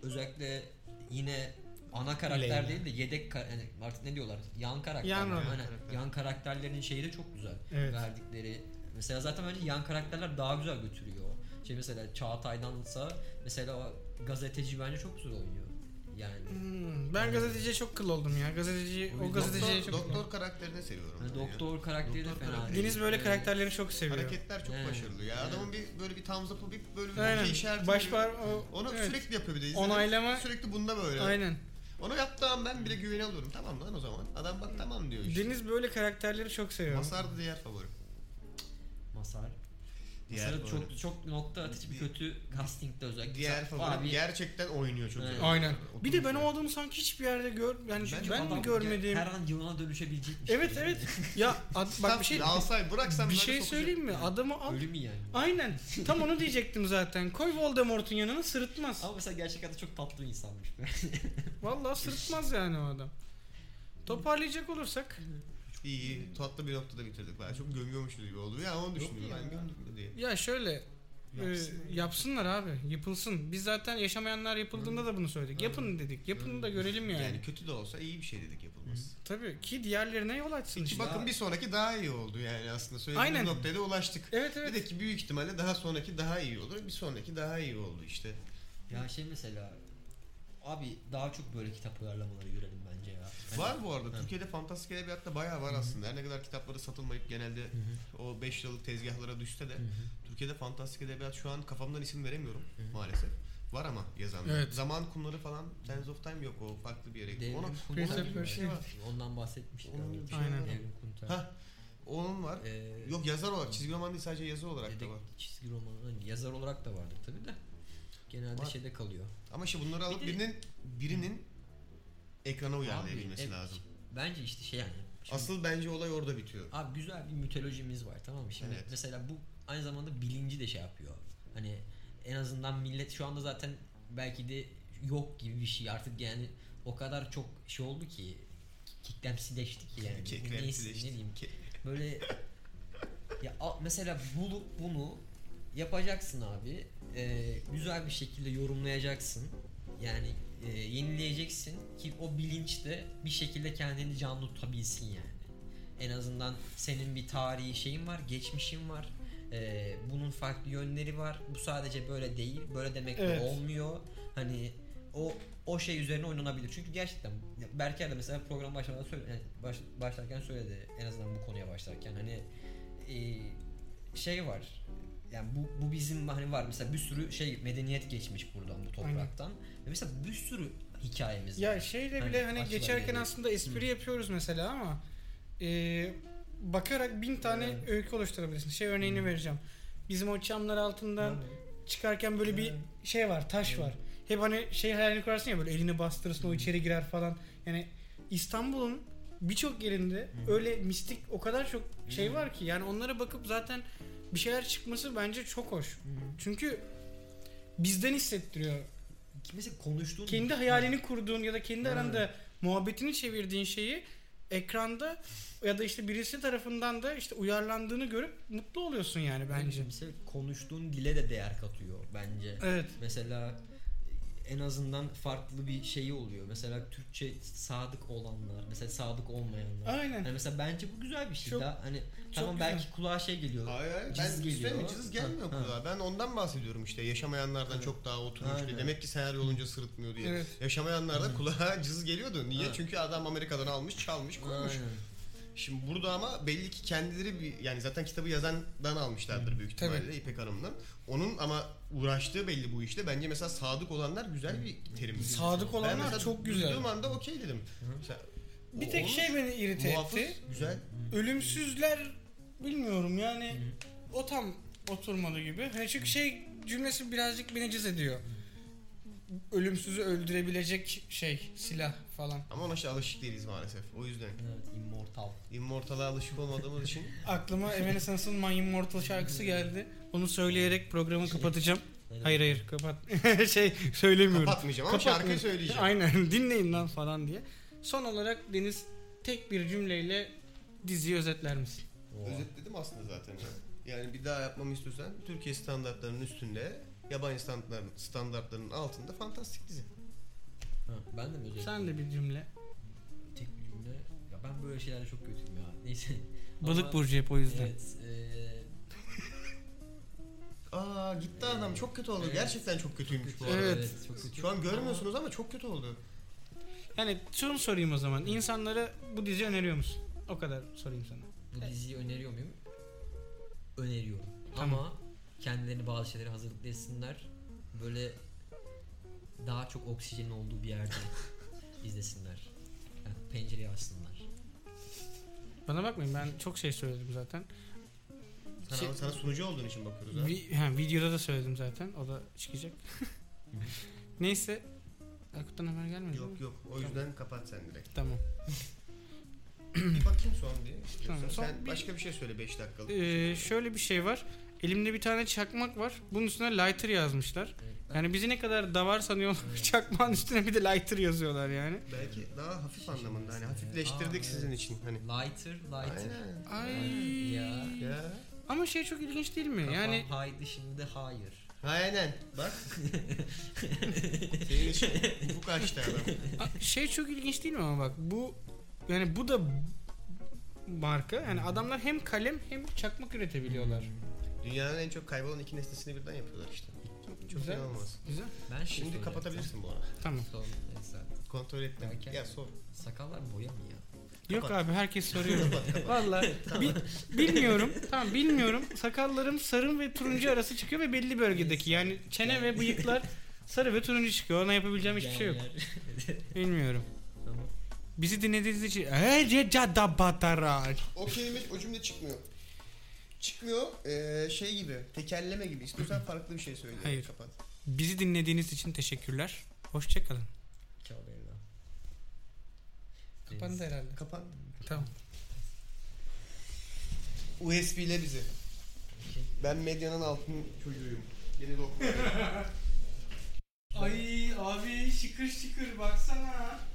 Speaker 5: özellikle yine ana karakter
Speaker 4: Leyla.
Speaker 5: değil de yedek ka- yani artık ne diyorlar? Yan karakter.
Speaker 4: Yan
Speaker 5: Yani
Speaker 4: rol.
Speaker 5: aynen. Yan karakterlerin şeyi de çok güzel.
Speaker 4: Evet.
Speaker 5: Verdikleri mesela zaten bence yan karakterler daha güzel götürüyor. Şey mesela Çağatay'dansa mesela o gazeteci bence çok güzel oynuyor. Yani
Speaker 4: Hmm, ben gazeteciye çok kıl oldum ya. Gazeteci,
Speaker 5: O
Speaker 4: o
Speaker 5: yüzden-
Speaker 4: gazeteciye
Speaker 1: Doktor,
Speaker 4: çok kıl oldum.
Speaker 1: doktor karakterini seviyorum.
Speaker 5: hani
Speaker 1: ben ya.
Speaker 5: doktor karakteri
Speaker 1: Doktor
Speaker 5: de fena.
Speaker 1: karakteri.
Speaker 5: değil. Ee,
Speaker 4: Deniz böyle
Speaker 5: Evet.
Speaker 4: karakterleri çok seviyor.
Speaker 1: Hareketler çok
Speaker 5: Evet.
Speaker 1: başarılı ya.
Speaker 5: Evet.
Speaker 1: Adamın bir böyle bir thumbs up'ı bir böyle bir
Speaker 4: Aynen.
Speaker 1: şey işareti.
Speaker 4: Baş
Speaker 1: veriyor.
Speaker 4: var. o-
Speaker 1: Onu
Speaker 4: evet.
Speaker 1: sürekli yapıyor bir de. izledim.
Speaker 4: Onaylama-
Speaker 1: Sürekli bunda böyle.
Speaker 4: Aynen.
Speaker 1: Onu yaptığım ben bile güveni alıyorum. Tamam lan o zaman. Adam bak tamam diyor işte.
Speaker 4: Deniz böyle karakterleri çok seviyor.
Speaker 1: Masar da diğer favori.
Speaker 5: Masar.
Speaker 1: Diğer
Speaker 5: Masar'ı
Speaker 1: favori.
Speaker 5: çok çok nokta atıcı bir kötü castingde özellikle.
Speaker 1: Diğer
Speaker 5: Sa-
Speaker 1: favori
Speaker 5: abi-
Speaker 1: gerçekten oynuyor çok
Speaker 5: Evet.
Speaker 1: iyi.
Speaker 4: Aynen.
Speaker 1: Oturmuş
Speaker 4: Bir de ben
Speaker 1: yani.
Speaker 4: o adamı sanki hiçbir yerde gör yani
Speaker 1: Bence
Speaker 4: ben mi
Speaker 5: Adam
Speaker 4: görmedim?
Speaker 5: Her an yılana dönüşebilecek bir şey.
Speaker 4: Evet evet. ya ad- bak bir şey
Speaker 1: alsay bıraksan
Speaker 4: bir
Speaker 1: böyle
Speaker 4: şey
Speaker 1: sokacak.
Speaker 4: söyleyeyim mi? Adamı al.
Speaker 5: Ölümü yani.
Speaker 4: Aynen. Tam onu diyecektim zaten. Koy Voldemort'un yanına sırıtmaz.
Speaker 5: Ama mesela gerçek hayatta çok tatlı bir insanmış. be.
Speaker 4: Vallahi sırıtmaz yani o adam. Toparlayacak olursak
Speaker 1: İyi, iyi. tatlı bir noktada bitirdik. Ben çok gömüyormuş gibi oldu. Ya onu düşündüm. Ben gömdüm mü diye.
Speaker 4: ya şöyle e,
Speaker 5: Yapsın.
Speaker 4: yapsınlar abi. Yapılsın. Biz zaten yaşamayanlar yapıldığında da bunu söyledik. Yapın dedik. Yapın da görelim yani.
Speaker 1: Yani kötü de olsa iyi bir şey dedik yapılması.
Speaker 4: Tabii ki diğerlerine yol açsın
Speaker 1: Ki
Speaker 4: işte.
Speaker 1: bakın bir sonraki daha iyi oldu yani aslında. Söylediğimiz
Speaker 4: Aynen.
Speaker 1: noktaya da ulaştık.
Speaker 4: Evet
Speaker 1: Bir
Speaker 4: evet.
Speaker 1: de ki büyük ihtimalle daha sonraki daha iyi olur. Bir sonraki daha iyi oldu işte.
Speaker 5: ya şey mesela abi daha çok böyle kitap uyarlamaları görelim bence ya. Hani-
Speaker 1: Var bu arada. Türkiye'de fantastik edebiyatta bayağı var aslında. Her ne kadar kitapları satılmayıp genelde
Speaker 5: Hani-
Speaker 1: o 5 liralık tezgahlara düşse de Türkiye'de fantastik edebiyat şu an kafamdan isim veremiyorum maalesef. Var ama yazanlar.
Speaker 4: Evet.
Speaker 1: Zaman kumları falan Sands of Time yok o farklı bir yere.
Speaker 5: Devrim
Speaker 1: Ona,
Speaker 5: Kunter
Speaker 4: Prince of
Speaker 5: gibi bir
Speaker 4: Persia.
Speaker 5: şey var. Ondan bahsetmiştik.
Speaker 1: Onun gibi bir şey
Speaker 4: Aynen.
Speaker 1: var.
Speaker 5: Devrim Kunter.
Speaker 1: Ha. Onun var.
Speaker 5: Ee,
Speaker 1: Yok yazar olarak çizgi roman değil sadece yazı olarak da
Speaker 5: Dedek,
Speaker 1: var.
Speaker 5: çizgi romanı hani yazar olarak da vardır tabi de. Genelde
Speaker 1: Var.
Speaker 5: şeyde kalıyor.
Speaker 1: Ama işte bunları alıp
Speaker 5: de-
Speaker 1: birinin birinin ekrana
Speaker 5: Abi,
Speaker 1: uyarlayabilmesi
Speaker 5: e,
Speaker 1: lazım.
Speaker 5: Bence işte şey yani. Şimdi-
Speaker 1: Asıl bence olay orada bitiyor.
Speaker 5: Abi güzel bir mitolojimiz var tamam mı? Şimdi
Speaker 1: Evet.
Speaker 5: mesela bu aynı zamanda bilinci de şey yapıyor. Hani en azından millet şu anda zaten belki de yok gibi bir şey artık yani o kadar çok şey oldu ki kiklemsileşti ki yani.
Speaker 1: Kekremsileşti.
Speaker 5: Neyse, Ne diyeyim ki böyle ya a- mesela bulup bunu yapacaksın abi. Ee, güzel bir şekilde yorumlayacaksın. Yani e, yenileyeceksin ki o bilinç de bir şekilde kendini canlı tutabilsin yani. En azından senin bir tarihi şeyin var, geçmişin var. Ee, bunun farklı yönleri var. Bu sadece böyle değil. Böyle demek de
Speaker 4: Evet.
Speaker 5: olmuyor. Hani o o şey üzerine oynanabilir. Çünkü gerçekten Berker de mesela program başlamadan söyle, yani baş- başlarken söyledi en azından bu konuya başlarken hani e, şey var. Yani bu, bu bizim hani var mesela bir sürü şey medeniyet geçmiş buradan bu topraktan. Ve mesela bir sürü hikayemiz
Speaker 4: Ya
Speaker 5: var.
Speaker 4: şeyle
Speaker 5: Hani
Speaker 4: bile hani
Speaker 5: açılan
Speaker 4: geçerken
Speaker 5: yeri.
Speaker 4: aslında espri yapıyoruz mesela ama e, bakarak bin tane öykü oluşturabilirsin. Şey örneğini vereceğim. Bizim o çamlar altından çıkarken böyle bir şey var, taş var. Hep hani şey hayalini kurarsın ya böyle elini bastırırsın o içeri girer falan. Yani İstanbul'un birçok yerinde öyle mistik o kadar çok şey var ki yani onlara bakıp zaten bir şeyler çıkması bence çok hoş. Çünkü bizden hissettiriyor.
Speaker 5: Kimse konuştuğun
Speaker 4: Kendi hayalini kurduğun ya da kendi aranda muhabbetini çevirdiğin şeyi ekranda ya da işte birisi tarafından da işte uyarlandığını görüp mutlu oluyorsun yani bence.
Speaker 5: Kimse konuştuğun dile de değer katıyor bence.
Speaker 4: Evet.
Speaker 5: Mesela en azından farklı bir şeyi oluyor. Mesela Türkçe sadık olanlar, mesela sadık olmayanlar.
Speaker 4: Aynen.
Speaker 5: Yani mesela bence bu güzel bir şey.
Speaker 4: Çok-
Speaker 5: Daha hani tamam
Speaker 4: güzel.
Speaker 5: belki kulağa şey geliyor.
Speaker 1: Hayır hayır.
Speaker 5: Cız
Speaker 1: ben
Speaker 5: geliyor.
Speaker 1: üstleniyorum. Cız gelmiyor
Speaker 5: Ha, ha.
Speaker 1: kulağa. Ben ondan bahsediyorum işte. Yaşamayanlardan
Speaker 5: Evet.
Speaker 1: çok daha oturmuş diye.
Speaker 5: Aynen.
Speaker 1: Demek ki senaryo olunca sırıtmıyor diye.
Speaker 4: Evet.
Speaker 1: Yaşamayanlarda kulağa cız geliyordu. Niye?
Speaker 5: Evet.
Speaker 1: Çünkü adam Amerika'dan almış, çalmış, koymuş.
Speaker 5: Aynen.
Speaker 1: Şimdi burada ama belli ki kendileri bir yani zaten kitabı yazandan almışlardır büyük
Speaker 4: Tabii.
Speaker 1: ihtimalle İpek Hanım'dan. Onun ama uğraştığı belli bu işte. Bence mesela sadık olanlar güzel bir terim.
Speaker 4: Sadık
Speaker 1: Ben
Speaker 4: olanlar
Speaker 1: mesela
Speaker 4: çok güzel.
Speaker 1: Duyduğum anda okey dedim. Mesela
Speaker 4: Bir
Speaker 1: o-
Speaker 4: tek
Speaker 1: onun
Speaker 4: şey beni irite
Speaker 1: muhafız
Speaker 4: etti.
Speaker 1: Güzel.
Speaker 4: Ölümsüzler bilmiyorum yani o tam oturmadı gibi. Hani çünkü şey cümlesi birazcık beni cız ediyor. Ölümsüzü öldürebilecek şey silah falan.
Speaker 1: Ama ona işte alışık değiliz maalesef. O yüzden
Speaker 5: Evet, immortal.
Speaker 1: immortala alışık olmadığımız için
Speaker 4: Aklıma Evanescence'ın My Immortal şarkısı geldi. Onu söyleyerek programı kapatacağım. Hayır hayır kapat. şey söylemiyorum.
Speaker 1: kapatmayacağım ama
Speaker 4: Kapatmıyorum.
Speaker 1: şarkıyı söyleyeceğim.
Speaker 4: Aynen dinleyin lan falan diye. Son olarak Deniz tek bir cümleyle diziyi özetler misin?
Speaker 5: Oha.
Speaker 1: Özetledim aslında zaten. Yani bir daha yapmamı istiyorsan Türkiye standartlarının üstünde, yabancı standartların, standartlarının altında fantastik dizi.
Speaker 5: Ha, ben de mi özellikle?
Speaker 4: Sen de bir cümle.
Speaker 5: Tek bir cümle. Ya ben böyle şeylerde çok kötüyüm ya. Neyse. Ama-
Speaker 4: Balık burcu hep o yüzden.
Speaker 5: Evet. e, eee,
Speaker 1: Aa gitti adam çok kötü oldu.
Speaker 5: Evet.
Speaker 1: Gerçekten çok kötüymüş bu arada.
Speaker 4: Evet.
Speaker 5: çok kötü.
Speaker 1: Şu an görmüyorsunuz ama çok kötü oldu.
Speaker 4: Yani şunu sorayım o zaman. İnsanlara bu dizi öneriyor musun? O kadar sorayım sana.
Speaker 5: Bu diziyi öneriyor muyum? Öneriyorum.
Speaker 4: Tamam.
Speaker 5: Ama kendilerini bazı şeylere hazırlıklı etsinler. Böyle daha çok oksijenin olduğu bir yerde izlesinler. Yani pencereyi açsınlar.
Speaker 4: Bana bakmayın ben çok şey söyledim zaten.
Speaker 1: Sana,
Speaker 4: Şey-
Speaker 1: sana sunucu olduğun için bakıyoruz abi.
Speaker 4: Vi- ha, videoda da söyledim zaten. O da çıkacak. Neyse. Aykut'tan haber gelmedi mi?
Speaker 1: Yok yok o yüzden kapat sen direkt.
Speaker 4: Tamam.
Speaker 1: bir bakayım Hmm. son diye.
Speaker 4: Tamam,
Speaker 1: Sen
Speaker 4: son bir-
Speaker 1: başka bir şey söyle 5 dakikalık.
Speaker 4: Ee, şöyle bir şey var. Elimde bir tane çakmak var. Bunun üstüne lighter yazmışlar. Yani bizi ne kadar davar sanıyorlar. Çakmağın üstüne bir de lighter yazıyorlar yani.
Speaker 1: Belki daha hafif
Speaker 5: Şey
Speaker 1: anlamında hani
Speaker 5: mesela.
Speaker 1: hafifleştirdik
Speaker 5: Aa,
Speaker 1: sizin için hani.
Speaker 5: Lighter, lighter.
Speaker 1: Aynen.
Speaker 4: Ay.
Speaker 5: Ya.
Speaker 1: Ya.
Speaker 4: Ama şey çok ilginç değil mi?
Speaker 5: Yani
Speaker 4: Yani
Speaker 5: haydi şimdi hayır.
Speaker 1: Aynen. Bak. Senin için bu kaçtı adam.
Speaker 4: A- şey çok ilginç değil mi ama bak bu yani bu da marka. Yani adamlar hem kalem hem çakmak üretebiliyorlar.
Speaker 1: Dünyanın en çok kaybolan iki nesnesini birden yapıyorlar işte. Çok
Speaker 4: Güzel.
Speaker 1: inanılmaz.
Speaker 4: Güzel.
Speaker 5: Ben şey
Speaker 1: Şimdi
Speaker 5: soracaktım.
Speaker 1: kapatabilirsin bu arada.
Speaker 4: Tamam.
Speaker 5: Sor, neyse.
Speaker 1: Kontrol ettim.
Speaker 5: Erken.
Speaker 1: Ya sor.
Speaker 5: Sakallar boya mı ya?
Speaker 4: Yok abi herkes soruyor.
Speaker 1: Kapat kapat.
Speaker 4: Vallahi bi- bilmiyorum. Tamam bilmiyorum. Sakallarım sarı ve turuncu arası çıkıyor ve belli bölgedeki yani çene ve bıyıklar sarı ve turuncu çıkıyor. Ona yapabileceğim hiçbir şey yok.
Speaker 5: Genler.
Speaker 4: Bilmiyorum.
Speaker 5: Tamam.
Speaker 4: Bizi dinlediğiniz için Ece cada batara.
Speaker 1: o kelime o cümle çıkmıyor. Çıkmıyor ee, şey gibi tekerleme gibi istiyorsan farklı bir şey söyle.
Speaker 4: Hayır.
Speaker 1: Kapat.
Speaker 4: Bizi dinlediğiniz için teşekkürler. Hoşçakalın.
Speaker 5: Çağlayın
Speaker 4: Kapandı herhalde.
Speaker 1: Kapan.
Speaker 4: Tamam.
Speaker 1: USB ile bizi. Ben medyanın altın çocuğuyum. Beni dokun.
Speaker 4: Ay abi şıkır şıkır baksana.